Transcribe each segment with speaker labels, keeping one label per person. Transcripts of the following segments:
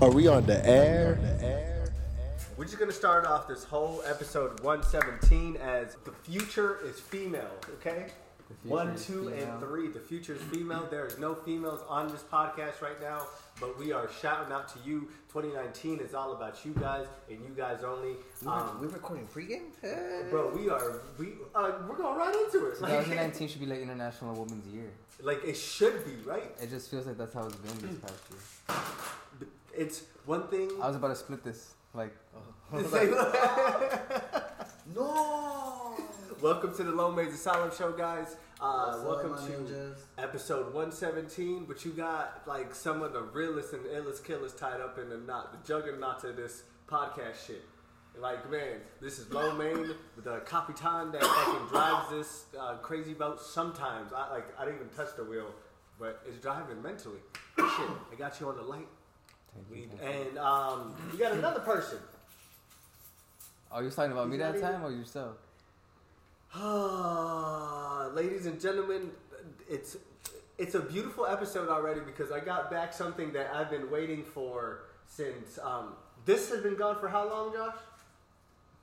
Speaker 1: Are we on the air?
Speaker 2: We're just gonna start off this whole episode 117 as the future is female, okay? One,
Speaker 3: is
Speaker 2: two,
Speaker 3: female.
Speaker 2: and three. The future is female. There is no females on this podcast right now, but we are shouting out to you. 2019 is all about you guys and you guys only. Um,
Speaker 3: We're recording pregame?
Speaker 2: bro, we are we uh, we're going right into it. Like,
Speaker 3: 2019 should be like International Women's Year.
Speaker 2: like it should be right.
Speaker 3: It just feels like that's how it's been this past year.
Speaker 2: It's one thing.
Speaker 3: I was about to split this. Like,
Speaker 2: It's like-
Speaker 4: No.
Speaker 2: welcome to the Lone Maze Asylum Show, guys. Uh,
Speaker 4: What's up,
Speaker 2: welcome
Speaker 4: my
Speaker 2: to.
Speaker 4: ninjas?
Speaker 2: episode 117, but you got like some of the realest and illest killers tied up in the knot, the juggernaut of this podcast shit. Like, man, this is Low Main, the Capitan that fucking drives this uh, crazy boat sometimes. I like, I didn't even touch the wheel, but it's driving mentally. shit, I got you on the light. We, and um, we got another person.
Speaker 3: oh, you was talking about me
Speaker 2: He's
Speaker 3: that
Speaker 2: not even-
Speaker 3: time or yourself?
Speaker 2: Ah, ladies and gentlemen, it's it's a beautiful episode already because I got back something that I've been waiting for since um, this has been gone for how long, Josh?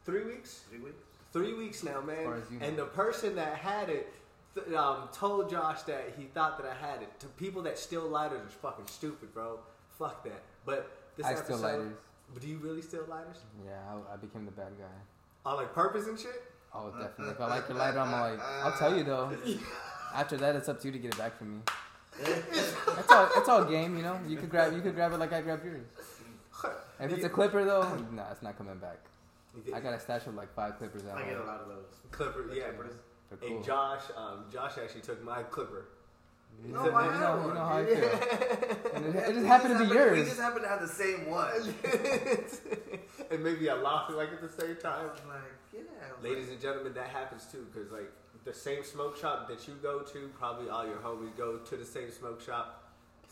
Speaker 2: Three weeks.
Speaker 4: Three weeks.
Speaker 2: Three weeks now,
Speaker 3: far
Speaker 2: man.
Speaker 3: as you know.
Speaker 2: And the person that had it th- um, told Josh that he thought that I had it. To people that still lighters is fucking stupid, bro. Fuck that. But this
Speaker 3: I
Speaker 2: episode,
Speaker 3: still lighters.
Speaker 2: Do you really still lighters?
Speaker 3: Yeah, I, I became the bad guy.
Speaker 2: On like purpose and shit.
Speaker 3: Oh, definitely. If I like your lighter, I'm like, I'll tell you though. After that, it's up to you to get it back from me. That's all. It's all game, you know. You could grab. You could grab it like I grabbed yours. If it's a clipper though, nah, it's not coming back. I got a stash of like five clippers out.
Speaker 4: I get a lot of those.
Speaker 2: Clipper, yeah.
Speaker 4: Clippers.
Speaker 3: They're cool.
Speaker 2: And Josh, um, Josh actually took my clipper.
Speaker 4: No,
Speaker 3: So
Speaker 4: I
Speaker 3: you
Speaker 4: had
Speaker 3: know,
Speaker 4: one.
Speaker 3: you know how I feel. And it, it just
Speaker 4: We
Speaker 3: happened to be
Speaker 4: We
Speaker 3: yours.
Speaker 4: just happened to have the same one. I was like,
Speaker 2: and maybe I lost it like at the same time.
Speaker 4: yeah. I was
Speaker 2: Ladies and gentlemen, that happens too, because like the same smoke shop that you go to, probably all your homies go to the same smoke shop.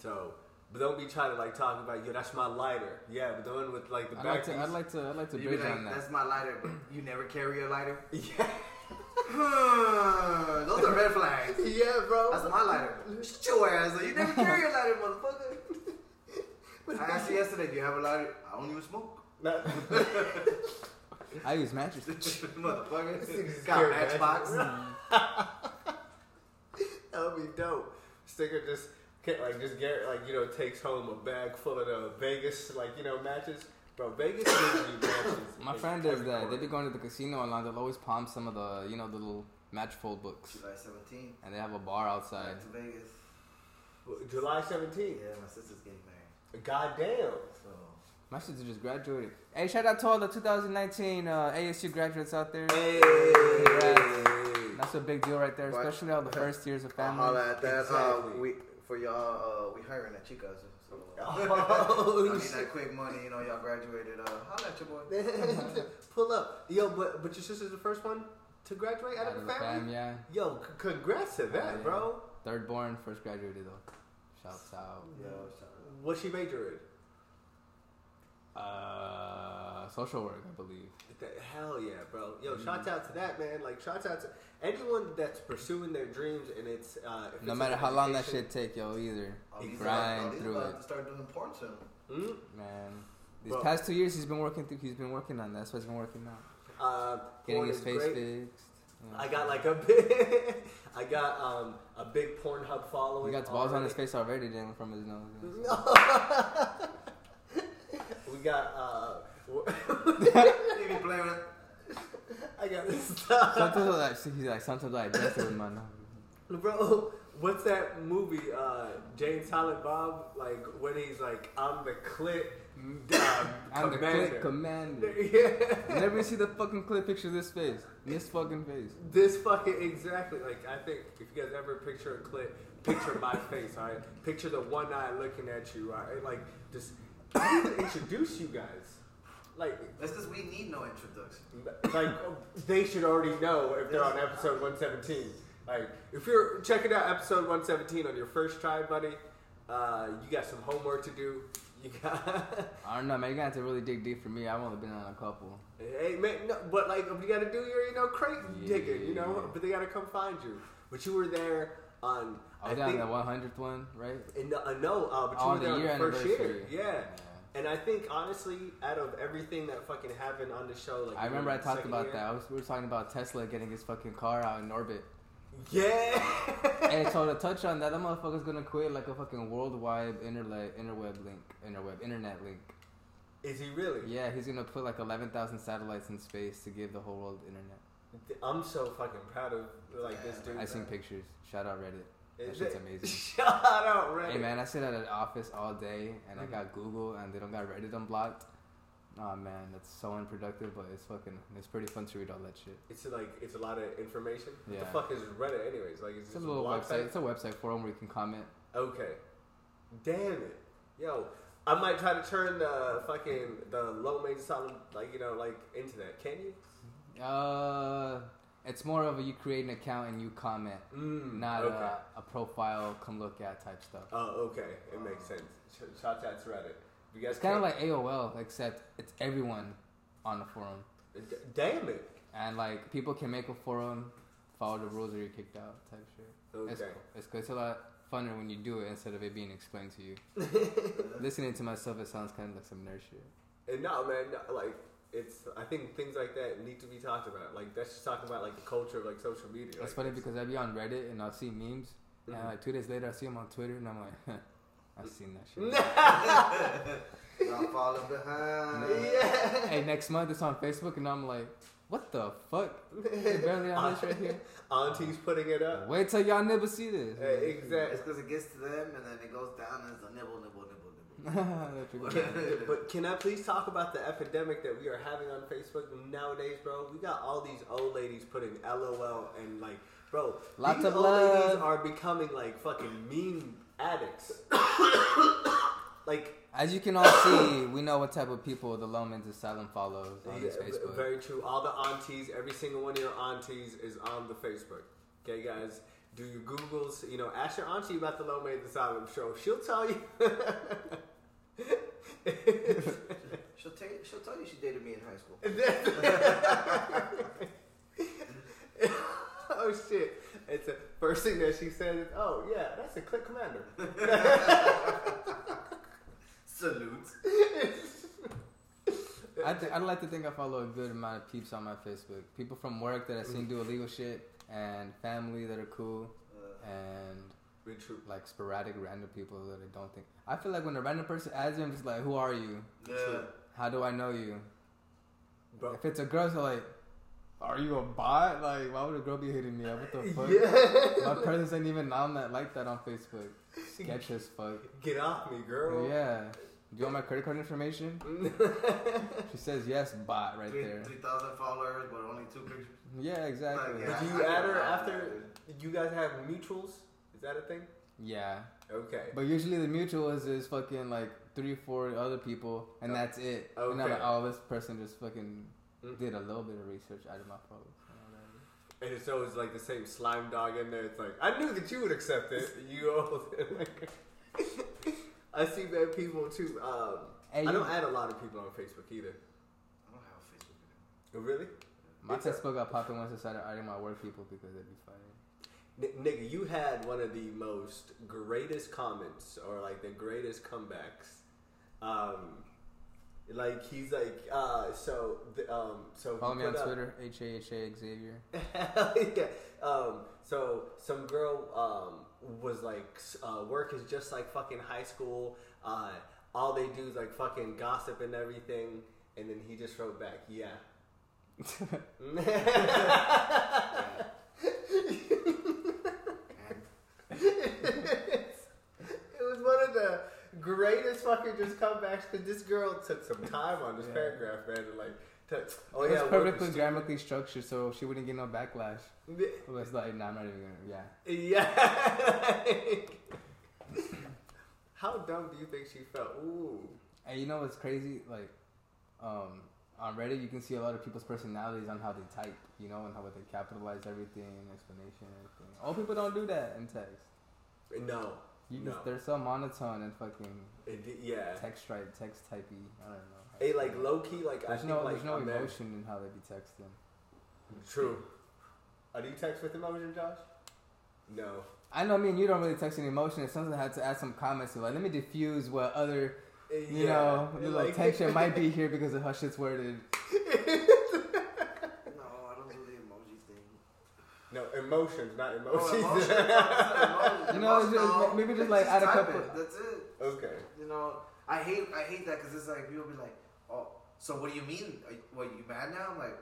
Speaker 2: So, but don't be trying to like talk about yo, that's my lighter. Yeah, but the one with like the
Speaker 3: I'd
Speaker 2: back.
Speaker 3: like to, I'd like to, I'd like to
Speaker 4: like, you be
Speaker 3: bridge on
Speaker 4: like,
Speaker 3: that.
Speaker 4: that's my lighter, but you never carry a lighter.
Speaker 2: piece. yeah,
Speaker 4: Hmm, those are red flags.
Speaker 2: yeah, bro.
Speaker 4: That's my lighter. Shut your ass! up. You never carry a lighter, motherfucker. I asked you yesterday, do you have a lighter? I don't even smoke.
Speaker 2: Not-
Speaker 3: I use matches.
Speaker 2: Carry
Speaker 4: motherfucker. Got matchbox.
Speaker 2: That would be dope. Sticker just get, like just Garrett like you know takes home a bag full of the Vegas like you know matches. Bro, Vegas gives you matches.
Speaker 3: My
Speaker 2: in
Speaker 3: friend does
Speaker 2: every
Speaker 3: that.
Speaker 2: corner.
Speaker 3: They be going to the casino and like, they'll always palm some of the, you know, the little match fold books,
Speaker 4: July 17th.
Speaker 3: and they have a bar outside.
Speaker 4: Back to Vegas.
Speaker 2: July seventeenth.
Speaker 4: Yeah, my sister's getting married.
Speaker 2: Goddamn.
Speaker 4: So,
Speaker 3: My sister just graduated. Hey, shout out to all the 2019 uh, ASU graduates out there.
Speaker 2: Hey.
Speaker 3: That's a big deal right there,
Speaker 4: What?
Speaker 3: especially all the first years of
Speaker 4: I'll holler
Speaker 3: family.
Speaker 4: at that.
Speaker 2: Exactly.
Speaker 4: Uh, we, for y'all, uh, we hiring at Chica's. So, uh, I
Speaker 2: Oh,
Speaker 4: need
Speaker 2: shit.
Speaker 4: that quick money. You know, y'all graduated. Uh, holler at your boy.
Speaker 2: Pull up, yo. But but your sister's the first one to graduate out,
Speaker 3: Out
Speaker 2: of
Speaker 3: of
Speaker 2: the family.
Speaker 3: fam, yeah.
Speaker 2: Yo, c- congrats to that,
Speaker 3: yeah.
Speaker 2: bro.
Speaker 3: Third born, first graduated though. Shouts out.
Speaker 4: Yo, shout
Speaker 2: What she major in?
Speaker 3: Uh, social work, I believe.
Speaker 2: That- Hell yeah, bro. Yo,
Speaker 3: Mm-hmm.
Speaker 2: shouts out to that, man. Like, shouts out to anyone that's pursuing their dreams and it's. Uh, if
Speaker 3: No
Speaker 2: it's
Speaker 3: matter
Speaker 2: an
Speaker 3: how long that
Speaker 2: education-
Speaker 3: shit take, yo, either
Speaker 4: out. All Oh, these
Speaker 3: grind
Speaker 4: all these
Speaker 3: through
Speaker 4: about
Speaker 3: it.
Speaker 4: to start doing porn soon.
Speaker 2: Mm?
Speaker 3: man. These
Speaker 2: Bro.
Speaker 3: past two years, he's been working through. He's been working on that. That's what he's been working on.
Speaker 2: Uh,
Speaker 3: Getting
Speaker 2: porn
Speaker 3: his
Speaker 2: is
Speaker 3: face
Speaker 2: great.
Speaker 3: fixed. you know.
Speaker 2: I got like a big. I got um a big Pornhub
Speaker 3: He
Speaker 2: following.
Speaker 3: got balls on
Speaker 2: already.
Speaker 3: his face already, then from his nose. you know, so-
Speaker 2: We got. uh w-
Speaker 4: You be playing with
Speaker 2: I got this stuff,
Speaker 3: Sometimes I like, he's like, sometimes I adjust it with my nose.
Speaker 2: bro. What's that movie? Uh, Jane Silent Bob. Like when he's like, I'm the clit. Uh,
Speaker 3: I'm the clip
Speaker 2: commander.
Speaker 3: commander.
Speaker 2: yeah.
Speaker 3: You never see the fucking clip picture of this face. This fucking face.
Speaker 2: This fucking exactly. Like I think if you guys ever picture a clip, picture my face. All right, picture the one eye looking at you. All right, like just I need to introduce you guys. Like,
Speaker 4: That's because we need no introduction.
Speaker 2: like they should already know if they're on episode one seventeen. Like if you're checking out episode one seventeen on your first try, buddy, uh, you got some homework to do. You got.
Speaker 3: I don't know, man. You're gonna have to really dig deep for me. I've only been on a couple.
Speaker 2: Hey man, no, but like if you gotta do your you know crate digging, you know,
Speaker 3: Yeah.
Speaker 2: but they gotta come find you. But you were there on.
Speaker 3: I
Speaker 2: I
Speaker 3: was on
Speaker 2: think
Speaker 3: the 100th one, right?
Speaker 2: And uh, no, uh, but you
Speaker 3: On
Speaker 2: were
Speaker 3: Oh, the
Speaker 2: there on
Speaker 3: year
Speaker 2: the first year.
Speaker 3: anniversary.
Speaker 2: Yeah. And I think honestly, out of everything that fucking happened on the show, like
Speaker 3: I
Speaker 2: you
Speaker 3: remember
Speaker 2: were
Speaker 3: I
Speaker 2: the
Speaker 3: talked
Speaker 2: second
Speaker 3: about
Speaker 2: year.
Speaker 3: that. I was, we were talking about Tesla getting his fucking car out in orbit.
Speaker 2: Yeah.
Speaker 3: And so to touch on that, that motherfucker's gonna create like a fucking worldwide internet interweb link, interweb internet link.
Speaker 2: Is he really?
Speaker 3: Yeah, he's gonna put like eleven thousand satellites in space to give the whole world internet.
Speaker 2: I'm so fucking proud of like this dude.
Speaker 3: I seen
Speaker 2: man.
Speaker 3: pictures. Shout out Reddit. That
Speaker 2: Is
Speaker 3: shit's
Speaker 2: it-
Speaker 3: amazing.
Speaker 2: Shout out Reddit.
Speaker 3: Hey man, I sit at an office all day and I got Google and they don't got Reddit unblocked. Oh man, that's so unproductive, but it's fucking it's pretty fun to read all that shit.
Speaker 2: It's like it's a lot of information. What
Speaker 3: Yeah.
Speaker 2: the fuck is Reddit anyways? Like it's
Speaker 3: It's a
Speaker 2: just
Speaker 3: little website.
Speaker 2: website.
Speaker 3: It's a website forum where you can comment.
Speaker 2: Okay. Damn it. Yo, I might try to turn the fucking the low main solid like you know like into that. Can you?
Speaker 3: Uh, it's more of a you create an account and you comment,
Speaker 2: Mm,
Speaker 3: not
Speaker 2: okay.
Speaker 3: a, a profile come look at type stuff.
Speaker 2: Oh, okay. It makes sense. Sh- Shout out to Reddit. You guys
Speaker 3: It's kind of
Speaker 2: can't-
Speaker 3: like AOL, except it's everyone on the forum,
Speaker 2: D- damn it.
Speaker 3: and like people can make a forum, follow the rules or you're kicked out type shit. It's,
Speaker 2: Okay.
Speaker 3: it's good. It's a lot funner when you do it instead of it being explained to you. Listening to myself, it sounds kind of like some nerd shit.
Speaker 2: And no, man, no, like it's. I think things like that need to be talked about. Like that's just talking about like the culture of like social media.
Speaker 3: It's
Speaker 2: like,
Speaker 3: funny because I'd be on Reddit and I'll see memes, and like two days later I see them on Twitter, and I'm like, I've seen that shit.
Speaker 4: Y'all falling behind.
Speaker 2: Yeah.
Speaker 3: hey, next month it's on Facebook, and I'm like, what the fuck? It's barely on this right here.
Speaker 2: Auntie's putting it up.
Speaker 3: Wait till y'all never see this.
Speaker 2: Uh,
Speaker 4: It's
Speaker 2: exactly.
Speaker 4: because it gets to them and then it goes down and it's a nibble, nibble, nibble,
Speaker 3: That's what you get.
Speaker 4: nibble.
Speaker 2: But can I please talk about the epidemic that we are having on Facebook nowadays, bro? We got all these old ladies putting LOL and like, bro,
Speaker 3: Lots
Speaker 2: these
Speaker 3: of
Speaker 2: old ladies
Speaker 3: love.
Speaker 2: are becoming like fucking meme addicts. like,
Speaker 3: As you can all see, we know what type of people the Lomans Asylum follows on
Speaker 2: yeah,
Speaker 3: his Facebook.
Speaker 2: very true. All the aunties, every single one of your aunties is on the Facebook. Okay, guys, do your Googles. You know, ask your auntie about the low made asylum show. She'll tell you.
Speaker 4: She'll tell, you, she'll tell you she dated me in high school.
Speaker 2: oh shit! It's the first thing that she said is, "Oh yeah, that's a click commander."
Speaker 4: Salute.
Speaker 3: I th- I'd like to think I follow a good amount of peeps on my Facebook. People from work that I've seen do illegal shit, and family that are cool,
Speaker 4: Uh,
Speaker 3: and
Speaker 2: Been true.
Speaker 3: like sporadic random people that I don't think. I feel like when a random person adds me, I'm just like, who are you?
Speaker 4: Yeah.
Speaker 3: How do I know you?
Speaker 2: Bro.
Speaker 3: If it's a girl, so like, are you a bot? Like, why would a girl be hitting me up? What the fuck? My presence ain't even on that like that on Facebook. Sketch as fuck.
Speaker 2: Get off me,
Speaker 3: But
Speaker 2: girl.
Speaker 3: yeah. Do you want my credit card information? she says yes, bot right
Speaker 4: Three
Speaker 3: there.
Speaker 4: 3,000 followers, but only two pictures.
Speaker 3: Yeah, exactly.
Speaker 4: Like,
Speaker 2: Did you add her after you guys have mutuals? Is that a thing?
Speaker 3: Yeah.
Speaker 2: Okay.
Speaker 3: But usually the mutual is, is fucking like three, four other people, and that's it. And I'm
Speaker 2: Okay. Mm.
Speaker 3: like, oh, this person just fucking did a little bit of research out of my problem.
Speaker 2: And it's always like the same slime dog in there. It's like I knew that you would accept it. You always like. I see bad people too. Um,
Speaker 3: Hey,
Speaker 2: I
Speaker 3: you-
Speaker 2: don't add a lot of people on Facebook either.
Speaker 4: I don't have a Facebook account.
Speaker 2: Oh, Really?
Speaker 3: My
Speaker 2: It's a-
Speaker 3: Facebook got popping once I started adding my work people because they'd be fighting.
Speaker 2: N- nigga, you had one of the most greatest comments or like the greatest comebacks. Um, like he's like, uh, so the, um, so he
Speaker 3: Follow me
Speaker 2: put
Speaker 3: on
Speaker 2: up-
Speaker 3: Twitter, H A H A Xavier.
Speaker 2: Hell yeah. Um, so some girl um, was like, s- uh, work is just like fucking high school. Uh, all they do is like fucking gossip and everything. And then he just wrote back, yeah. It was one of the greatest fucking just comebacks because this girl took some time on this paragraph, man. And like, took, oh
Speaker 3: It was
Speaker 2: yeah, work
Speaker 3: perfectly
Speaker 2: is
Speaker 3: grammatically structured, so she wouldn't get no backlash.
Speaker 2: stupid.
Speaker 3: It was like, nah, I'm not even gonna. Yeah.
Speaker 2: Yeah. How dumb do you think she felt? Ooh.
Speaker 3: And you know what's crazy? Like, um, on Reddit, you can see a lot of people's personalities on how they type, you know, and how they capitalize everything, explanation, everything. Old people don't do that in text.
Speaker 2: No.
Speaker 3: You
Speaker 2: no.
Speaker 3: just, they're so monotone and fucking
Speaker 2: It di- yeah.
Speaker 3: text right, text typey. I don't know.
Speaker 2: Hey, like low key, like I
Speaker 3: there's
Speaker 2: think
Speaker 3: no,
Speaker 2: like
Speaker 3: there's no
Speaker 2: I'm mad-
Speaker 3: emotion in how they be texting.
Speaker 2: True. Uh, do you text with emotion, Josh? No.
Speaker 3: I know me and you don't really touch any emotion. It's something I had to add some comments to. Like, let me diffuse what other, you know,
Speaker 2: Eh, Yeah,
Speaker 3: little
Speaker 2: like-
Speaker 3: tension might be here because of how shit's worded.
Speaker 4: No, I don't do the emoji thing.
Speaker 2: No, emotions, not
Speaker 4: Oh,
Speaker 2: emotions.
Speaker 4: emoji, emoji,
Speaker 3: You know, it's just-
Speaker 4: emotional.
Speaker 3: maybe just, like, add a
Speaker 4: type
Speaker 3: couple-
Speaker 4: it, That's it.
Speaker 2: okay.
Speaker 4: You know, I hate I hate that because it's like people be like, oh, so what do you mean? Are, you- what you mad now? I'm like,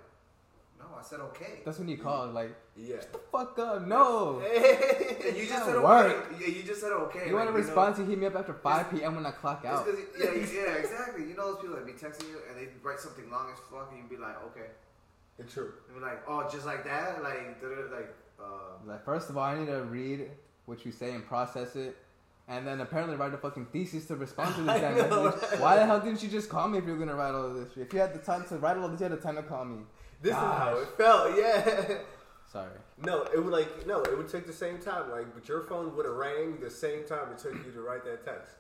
Speaker 4: no, I said okay.
Speaker 3: That's when you call it, like,
Speaker 2: Yeah.
Speaker 3: fuck up, no.
Speaker 4: And you just
Speaker 3: That
Speaker 4: said
Speaker 3: work.
Speaker 4: okay. Yeah, you just said okay.
Speaker 3: You want to
Speaker 4: like,
Speaker 3: respond
Speaker 4: know,
Speaker 3: to hit me up after 5 p.m. when I clock
Speaker 4: it's
Speaker 3: out.
Speaker 4: 'cause you- yeah, you- yeah, exactly. You know those people that be texting you and they write something long as fuck, and you be like, okay,
Speaker 2: It's true.
Speaker 4: and be like, oh, just like that, like, da- da- like, uh,
Speaker 3: Like, first of all, I need to read what you say and process it. And then apparently write a fucking thesis to respond to this guy. message. Why the hell didn't you just call me if you were gonna write all of this? If you had the time to write all of this, you had the time to call me.
Speaker 2: This is how
Speaker 3: Gosh.
Speaker 2: it felt. Yeah.
Speaker 3: Sorry.
Speaker 2: No, it would like no, it would take the same time. Like, but your phone would have rang the same time it took you to write that text.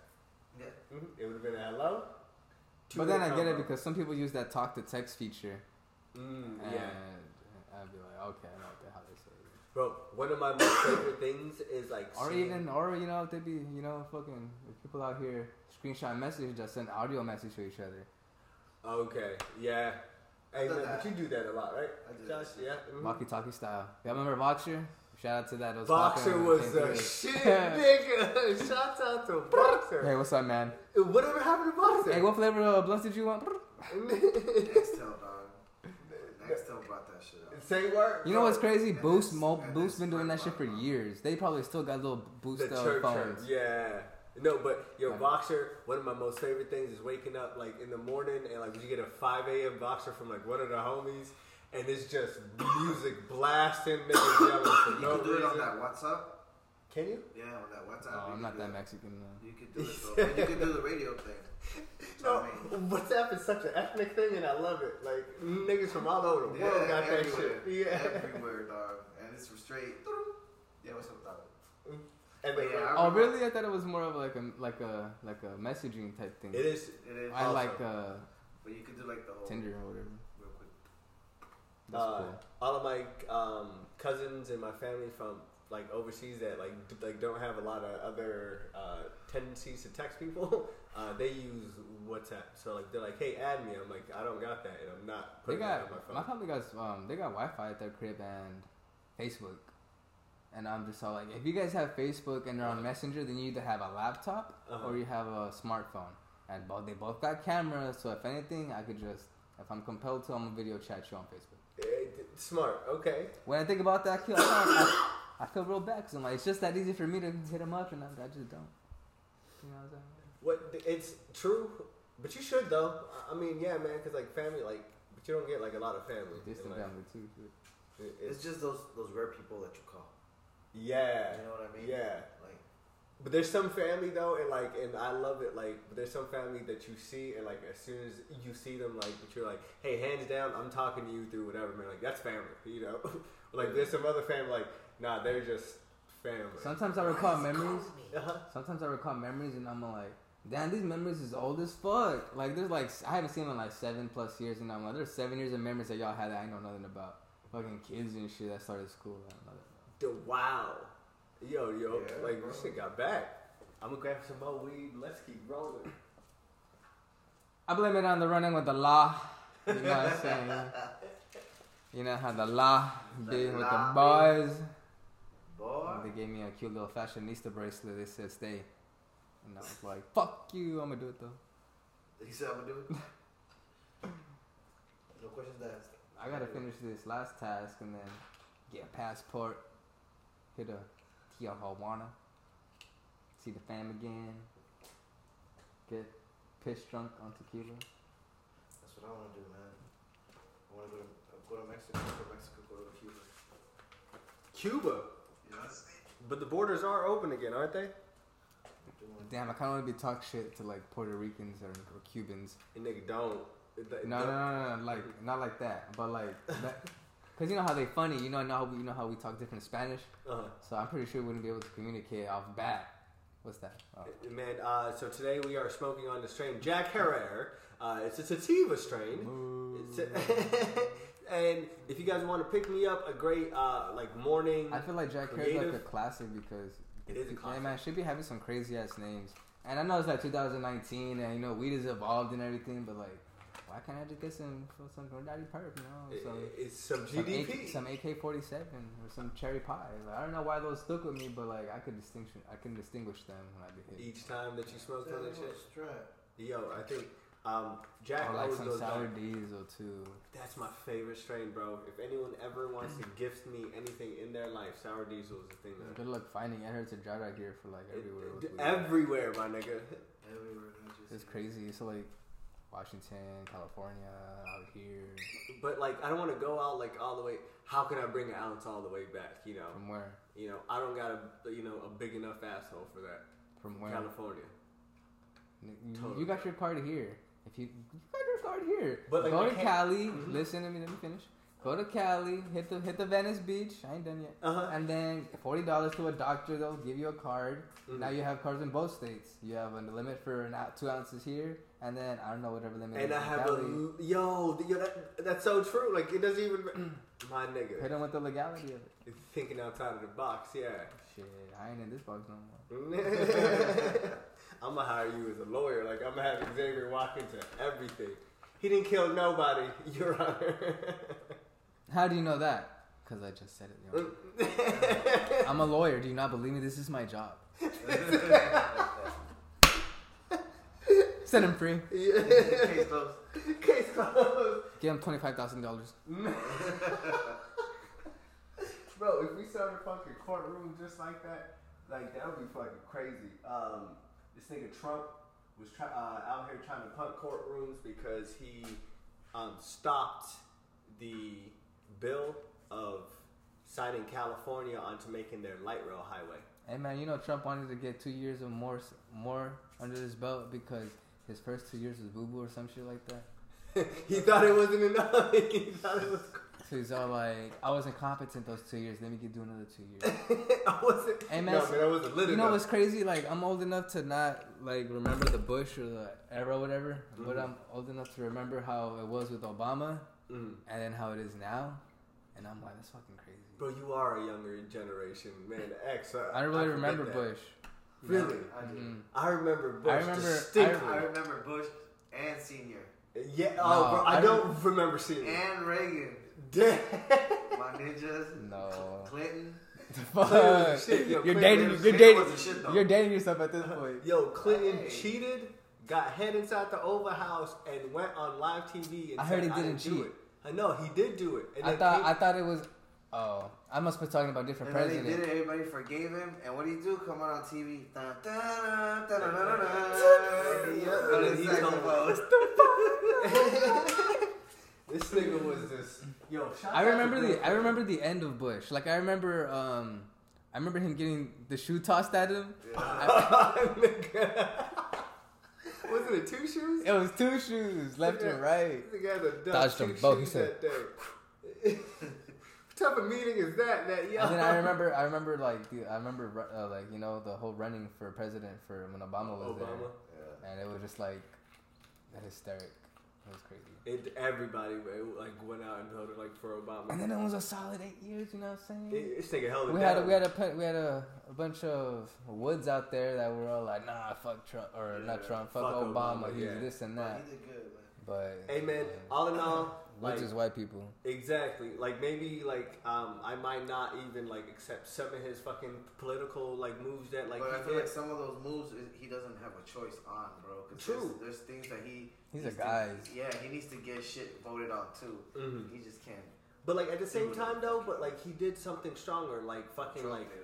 Speaker 4: yeah.
Speaker 2: hmm It would have been a hello. to
Speaker 3: But then
Speaker 2: a
Speaker 3: I get it
Speaker 2: combo.
Speaker 3: because some people use that talk to text feature.
Speaker 2: Mm,
Speaker 3: And
Speaker 2: yeah.
Speaker 3: I'd be like, okay, I know what the hell they say.
Speaker 2: Bro, one of my most favorite things is like.
Speaker 3: Or
Speaker 2: seeing-
Speaker 3: even, or you know, if they be, you know, fucking if people out here screenshot message, just send audio message to each other.
Speaker 2: Okay. Yeah. Hey,
Speaker 4: Done
Speaker 2: man,
Speaker 4: that.
Speaker 2: but you do that a lot, right?
Speaker 4: I do
Speaker 2: Josh,
Speaker 4: that.
Speaker 2: yeah. mhm.
Speaker 3: Walkie talkie style. Y'all remember Boxer? Shout out to that. those
Speaker 2: Boxer
Speaker 3: fucking-
Speaker 2: was a
Speaker 3: thing.
Speaker 2: shit nigga. Shouts out to Boxer.
Speaker 3: Hey, what's up, man?
Speaker 2: Whatever happened to Boxer?
Speaker 3: Hey, what flavor of blunts did you want?
Speaker 4: Nextel, dog. Nextel brought that shit up.
Speaker 2: Say word.
Speaker 3: You know what's crazy?
Speaker 4: And
Speaker 3: Boost,
Speaker 4: it's-
Speaker 3: Mo-
Speaker 4: and
Speaker 3: Boost
Speaker 4: it's
Speaker 3: been doing that shit for
Speaker 4: like-
Speaker 3: years. They probably still got little Boost
Speaker 2: The
Speaker 3: uh,
Speaker 2: church,
Speaker 3: phones.
Speaker 2: church, yeah. No, but yo,
Speaker 3: Right.
Speaker 2: boxer. One of my most favorite things is waking up like in the morning and like you get a five a.m. boxer from like one of the homies, and it's just music blasting, niggas yelling for
Speaker 4: You
Speaker 2: no
Speaker 4: can do it on
Speaker 2: reason.
Speaker 4: that WhatsApp.
Speaker 2: Can you?
Speaker 4: Yeah, on that WhatsApp.
Speaker 3: Oh, I'm
Speaker 4: you can
Speaker 3: not
Speaker 4: do
Speaker 3: that
Speaker 4: it.
Speaker 3: Mexican. Uh,
Speaker 4: You could do it though. and you could do the radio thing.
Speaker 2: No,
Speaker 4: I mean,
Speaker 2: WhatsApp is such an ethnic thing, and I love it. Like niggas from all over the world
Speaker 4: yeah,
Speaker 2: got that
Speaker 4: everywhere.
Speaker 2: shit. Yeah.
Speaker 4: everywhere, dog. And it's for straight. Yeah, what's up, dog?
Speaker 2: And
Speaker 4: But
Speaker 2: they-
Speaker 4: yeah, I
Speaker 3: oh,
Speaker 4: remember-
Speaker 3: really? I thought it was more of like a like a like a messaging type thing.
Speaker 2: it is.
Speaker 4: It is.
Speaker 3: I
Speaker 2: also.
Speaker 3: like uh,
Speaker 4: but you could do like the whole
Speaker 3: Tinder or whatever.
Speaker 4: Real quick.
Speaker 3: That's
Speaker 2: Uh,
Speaker 3: cool.
Speaker 2: All of my um, cousins and my family from like overseas that like d- like don't have a lot of other uh, tendencies to text people. Uh, they use WhatsApp, so like they're like, "Hey, add me." I'm like, "I don't got that, and I'm not
Speaker 3: They
Speaker 2: putting that on
Speaker 3: got
Speaker 2: my phone."
Speaker 3: my family got um they got Wi-Fi at their crib and Facebook, and I'm just all like, if you guys have Facebook and you're on Messenger, then you either have a laptop
Speaker 2: Uh-huh.
Speaker 3: or you have a smartphone, and both they both got cameras. So if anything, I could just if I'm compelled to, I'm gonna video chat you on Facebook.
Speaker 2: Eh, d- smart, okay.
Speaker 3: When I think about that, I feel, I, I feel real bad because I'm like, it's just that easy for me to hit him up, and I, I just don't. You know what I'm saying?
Speaker 2: What it's true, but you should though. I- I mean, yeah, man, because like family, like, but you don't get like a lot of family. And,
Speaker 3: Distant
Speaker 2: like,
Speaker 3: family too. shit.
Speaker 2: it-
Speaker 4: It's
Speaker 2: it's,
Speaker 4: just those those rare people that you call.
Speaker 2: yeah,
Speaker 4: You know what I mean?
Speaker 2: yeah.
Speaker 4: Like
Speaker 2: But there's some family though, and like, and I love it. Like, but there's some family that you see, and like, as soon as you see them, like, but you're like, hey, hands down, I'm talking to you through whatever, man. Like, that's family, you know. like, there's some other family, like, nah, they're just family.
Speaker 3: Sometimes I
Speaker 4: why
Speaker 3: recall
Speaker 4: is he
Speaker 3: memories.
Speaker 4: calling me?
Speaker 2: Uh-huh.
Speaker 3: Sometimes I recall memories and I'm like, damn, these memories is old as fuck. Like, there's like, I haven't seen them in like seven plus years, and I'm like, there's seven years of memories that y'all had that I know nothing about. Fucking kids and shit that started school. I don't know that.
Speaker 2: The- wow, yo, yo,
Speaker 4: Yeah,
Speaker 2: like
Speaker 4: bro.
Speaker 2: this shit got back. I'm gonna grab some more weed. and Let's keep rolling.
Speaker 3: I blame it on the running with the law. You know what I'm saying? You know how the law did with the
Speaker 4: law.
Speaker 3: boys. They
Speaker 4: boy.
Speaker 3: gave me a cute little fashionista bracelet. They said stay. And I was like, fuck you, I'm gonna do it though.
Speaker 4: He said I'm gonna do it. No questions asked.
Speaker 3: I gotta finish this last task and then get a passport, hit a Tijuana, see the fam again, get piss drunk on tequila.
Speaker 4: That's what I wanna do, man. I wanna go to go to Mexico, go to Mexico, go to Cuba.
Speaker 2: Cuba,
Speaker 4: You know?
Speaker 2: but the borders are open again, aren't they?
Speaker 4: Doing-
Speaker 3: Damn, I kinda wanna be talk shit to like Puerto Ricans or, or Cubans.
Speaker 2: And nigga don't. They-
Speaker 3: No, no,
Speaker 2: don't-
Speaker 3: no, no, no, like not like that, but like, that, cause you know how they funny, you know, now we, you know how we talk different Spanish,
Speaker 2: Uh-huh.
Speaker 3: so I'm pretty sure we wouldn't be able to communicate off bat. What's that? Oh.
Speaker 2: Man, uh, so today we are smoking on the strain Jack Herrera. Uh, it's a sativa strain. It's a- And if you guys want to pick me up, a great uh, like morning.
Speaker 3: I feel like Jack Kerr's like
Speaker 2: Creative.
Speaker 3: a classic because
Speaker 2: It is a
Speaker 3: Yeah,
Speaker 2: classic.
Speaker 3: man, should be having some crazy ass names. And I know it's like 2019, and you know weed is evolved and everything, but like, why can't I just get some some Gordaddy Perp, you know, some
Speaker 2: It- it's some
Speaker 3: some
Speaker 2: GDP.
Speaker 3: AK- some AK forty seven or some cherry pie. Like, I don't know why those stuck with me, but like I could distinction I can distinguish them when I be hit.
Speaker 2: Each time that you smoke on that shit,
Speaker 4: strap.
Speaker 2: yo, I think um, Jack
Speaker 3: Or like
Speaker 2: always
Speaker 3: some
Speaker 2: goes
Speaker 3: sour
Speaker 2: down.
Speaker 3: diesel too.
Speaker 2: That's my favorite strain, bro. If anyone ever wants to gift me anything in their life, sour diesel is the thing. That
Speaker 3: Good luck finding it. I heard it's a dry out here for like everywhere. with
Speaker 2: D-
Speaker 3: weed.
Speaker 2: everywhere, my nigga.
Speaker 4: Everywhere. not just
Speaker 3: it's
Speaker 4: here.
Speaker 3: crazy. So like Washington, California, out here.
Speaker 2: But like, I don't want to go out like all the way. How can I bring an ounce all the way back? You know,
Speaker 3: From where?
Speaker 2: you know, I don't got a you know a big enough asshole for that.
Speaker 3: From where?
Speaker 2: California.
Speaker 3: N-
Speaker 2: Totally.
Speaker 3: You got your card here. If you, you got your card here,
Speaker 2: But, like,
Speaker 3: go
Speaker 2: I
Speaker 3: to
Speaker 2: can't- Mm-hmm.
Speaker 3: Cali. Listen to me. Let me finish. Go to Cali. Hit the hit the Venice Beach. I ain't done yet.
Speaker 2: Uh-huh.
Speaker 3: And then forty dollars to a doctor. They'll give you a card.
Speaker 2: Mm-hmm.
Speaker 3: Now you have cards in both states. You have a limit for an out, two ounces here, and then I don't know whatever limit.
Speaker 2: And I
Speaker 3: is in
Speaker 2: have
Speaker 3: Cali.
Speaker 2: a yo, yo that, that's so true. Like it doesn't even my
Speaker 3: hit
Speaker 2: nigga
Speaker 3: them with the legality of it. Oh,
Speaker 2: thinking outside of the box. Yeah,
Speaker 3: Shit, I ain't in this box no more.
Speaker 2: I'm gonna hire you as a lawyer. Like I'm gonna have Xavier walk into everything. He didn't kill nobody, Your Honor.
Speaker 3: How do you know that? Because I just said it. Your Honor. I'm a lawyer. Do you not believe me? This is my job. Set him free.
Speaker 4: Case closed.
Speaker 2: Case closed,
Speaker 3: Give him twenty five thousand dollars.
Speaker 2: bro. If we start a fucking courtroom just like that, like that would be fucking crazy. Um, this nigga Trump was try- uh, out here trying to punt courtrooms because he um, stopped the bill of signing California onto making their light rail highway.
Speaker 3: Hey man, you know Trump wanted to get two years or more more under his belt because his first two years was boo boo or some shit like that.
Speaker 2: he thought it wasn't enough. he thought it was.
Speaker 3: So he's all like, I was incompetent those two years. Let me get do another two years.
Speaker 2: I wasn't.
Speaker 3: Hey, man,
Speaker 2: no, man, I wasn't lit
Speaker 3: you know
Speaker 2: enough.
Speaker 3: what's crazy? Like I'm old enough to not like remember the Bush or the era or whatever, but I'm old enough to remember how it was with Obama
Speaker 2: Mm.
Speaker 3: and then how it is now. And I'm like, that's fucking crazy.
Speaker 2: Bro, you are a younger generation, man. X. I
Speaker 3: I don't really
Speaker 2: forget
Speaker 3: remember
Speaker 2: that.
Speaker 3: Bush.
Speaker 2: Really,
Speaker 4: I do.
Speaker 3: Mm.
Speaker 2: I remember Bush
Speaker 3: remember-
Speaker 2: distinctly.
Speaker 4: I remember Bush and Senior
Speaker 2: yeah, oh,
Speaker 3: No,
Speaker 2: bro, I,
Speaker 3: I
Speaker 2: don't remember seeing it.
Speaker 4: and Reagan.
Speaker 2: Damn.
Speaker 4: My ninjas.
Speaker 3: No.
Speaker 4: Clinton.
Speaker 3: Fuck.
Speaker 2: Shit, yo,
Speaker 3: you're
Speaker 2: Clinton
Speaker 3: dating.
Speaker 2: was-
Speaker 3: You're
Speaker 4: Clinton
Speaker 3: dating.
Speaker 4: was the shit, though.
Speaker 3: You're dating yourself at this point.
Speaker 2: Yo, Clinton
Speaker 4: Hey.
Speaker 2: cheated, got head inside the Oval House, and went on live TV. And
Speaker 3: I heard
Speaker 2: said,
Speaker 3: he didn't
Speaker 2: do
Speaker 3: cheat."
Speaker 2: it." I know he did do it. And
Speaker 3: I
Speaker 2: then
Speaker 3: thought
Speaker 2: came-
Speaker 3: I thought it was. Oh, I must be talking about different
Speaker 4: And then they did
Speaker 3: presidents.
Speaker 4: it. Everybody forgave him. And what did he do? Come out on TV. Dun, dun, dun, dun, dun, dun, dun.
Speaker 2: Yeah,
Speaker 4: What
Speaker 2: and
Speaker 4: is
Speaker 2: he
Speaker 4: that
Speaker 2: told-
Speaker 4: about?
Speaker 2: this nigga was just yo. shout
Speaker 3: I
Speaker 2: out to
Speaker 3: remember
Speaker 2: Bill
Speaker 3: the I
Speaker 2: Clinton.
Speaker 3: remember the end of Bush. Like I remember um, I remember him getting the shoe tossed at him.
Speaker 2: Wasn't it two shoes?
Speaker 3: It was two shoes, left and right.
Speaker 2: The guy that
Speaker 3: Dodged
Speaker 2: dodged
Speaker 3: them
Speaker 2: two
Speaker 3: both, he
Speaker 2: shoes
Speaker 3: said.
Speaker 2: that day. what type of meeting is that? That yo.
Speaker 3: And then I remember I remember like the, I remember uh, like you know the whole running for president for when Obama was
Speaker 2: Obama.
Speaker 3: there, and it was just like that hysteric. It was crazy.
Speaker 2: It, everybody it, like went out and voted like for
Speaker 3: And
Speaker 2: Obama.
Speaker 3: then it was a solid eight years. You know what I'm saying?
Speaker 2: It, this nigga held it
Speaker 3: We
Speaker 2: down.
Speaker 3: had a, we had a pen- we had a, a bunch of woods out there that were all like, nah, fuck Trump or not Trump, fuck,
Speaker 2: fuck
Speaker 3: Obama,
Speaker 2: Obama,
Speaker 3: he's
Speaker 2: yeah.
Speaker 3: this and
Speaker 4: Nah,
Speaker 3: that.
Speaker 4: He did good, man.
Speaker 3: But
Speaker 2: Hey man,
Speaker 3: yeah,
Speaker 2: all in all, like
Speaker 3: woods is white people.
Speaker 2: exactly, like maybe like um I might not even like accept some of his fucking political like moves that like
Speaker 4: but I
Speaker 2: he
Speaker 4: feel
Speaker 2: did.
Speaker 4: like some of those moves is- he doesn't have a choice on, bro. 'cause
Speaker 2: True.
Speaker 4: There's, there's things that he
Speaker 3: He's a
Speaker 4: needs to-
Speaker 3: guy.
Speaker 4: yeah, he needs to get shit voted on too.
Speaker 2: Mhm.
Speaker 4: He just can't.
Speaker 2: But like at the same time though, but like he did something stronger. Like fucking
Speaker 4: Trump
Speaker 2: like
Speaker 4: did.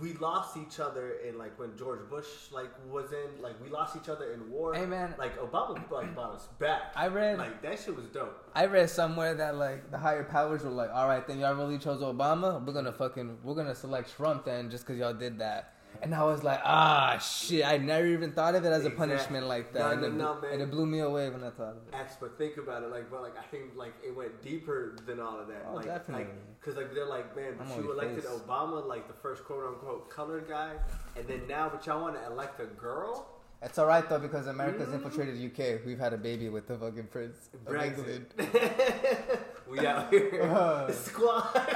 Speaker 2: we lost each other in like when George Bush like was in like we lost each other in war.
Speaker 3: Hey, man.
Speaker 2: like Obama like brought us back.
Speaker 3: I read-
Speaker 2: like that shit was dope.
Speaker 3: I read somewhere that like the higher powers were like, all right, then y'all really chose Obama. We're gonna fucking we're gonna select Trump then just because y'all did that. And I was like, ah, shit! I never even thought of it as a
Speaker 2: Exactly.
Speaker 3: punishment like that,
Speaker 2: No,
Speaker 3: and,
Speaker 2: no,
Speaker 3: it,
Speaker 2: no,
Speaker 3: blew-
Speaker 2: man.
Speaker 3: and it blew me away when I thought of it.
Speaker 2: Ask but think about it, like but like I think like it went deeper than all of that.
Speaker 3: Oh,
Speaker 2: like
Speaker 3: definitely.
Speaker 2: like because like they're like man, but
Speaker 3: I'm
Speaker 2: you
Speaker 3: always
Speaker 2: elected
Speaker 3: pissed.
Speaker 2: Obama like the first quote unquote colored guy, and then now but y'all want to elect a girl.
Speaker 3: It's all right though because America's infiltrated the UK. We've had a baby with the fucking prince. of
Speaker 2: Brexit.
Speaker 3: England.
Speaker 5: We out here.
Speaker 3: Uh.
Speaker 5: Squad.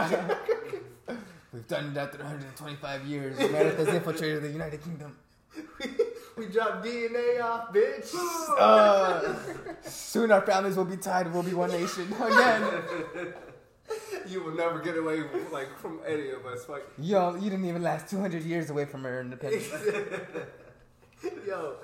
Speaker 3: We've done that 325 years. Meredith has infiltrated the United Kingdom.
Speaker 5: we dropped DNA off, bitch.
Speaker 3: Uh, soon our families will be tied. We'll be one nation again.
Speaker 5: You will never get away like from any of us. Like,
Speaker 3: Yo, you didn't even last 200 years away from our independence.
Speaker 5: yo,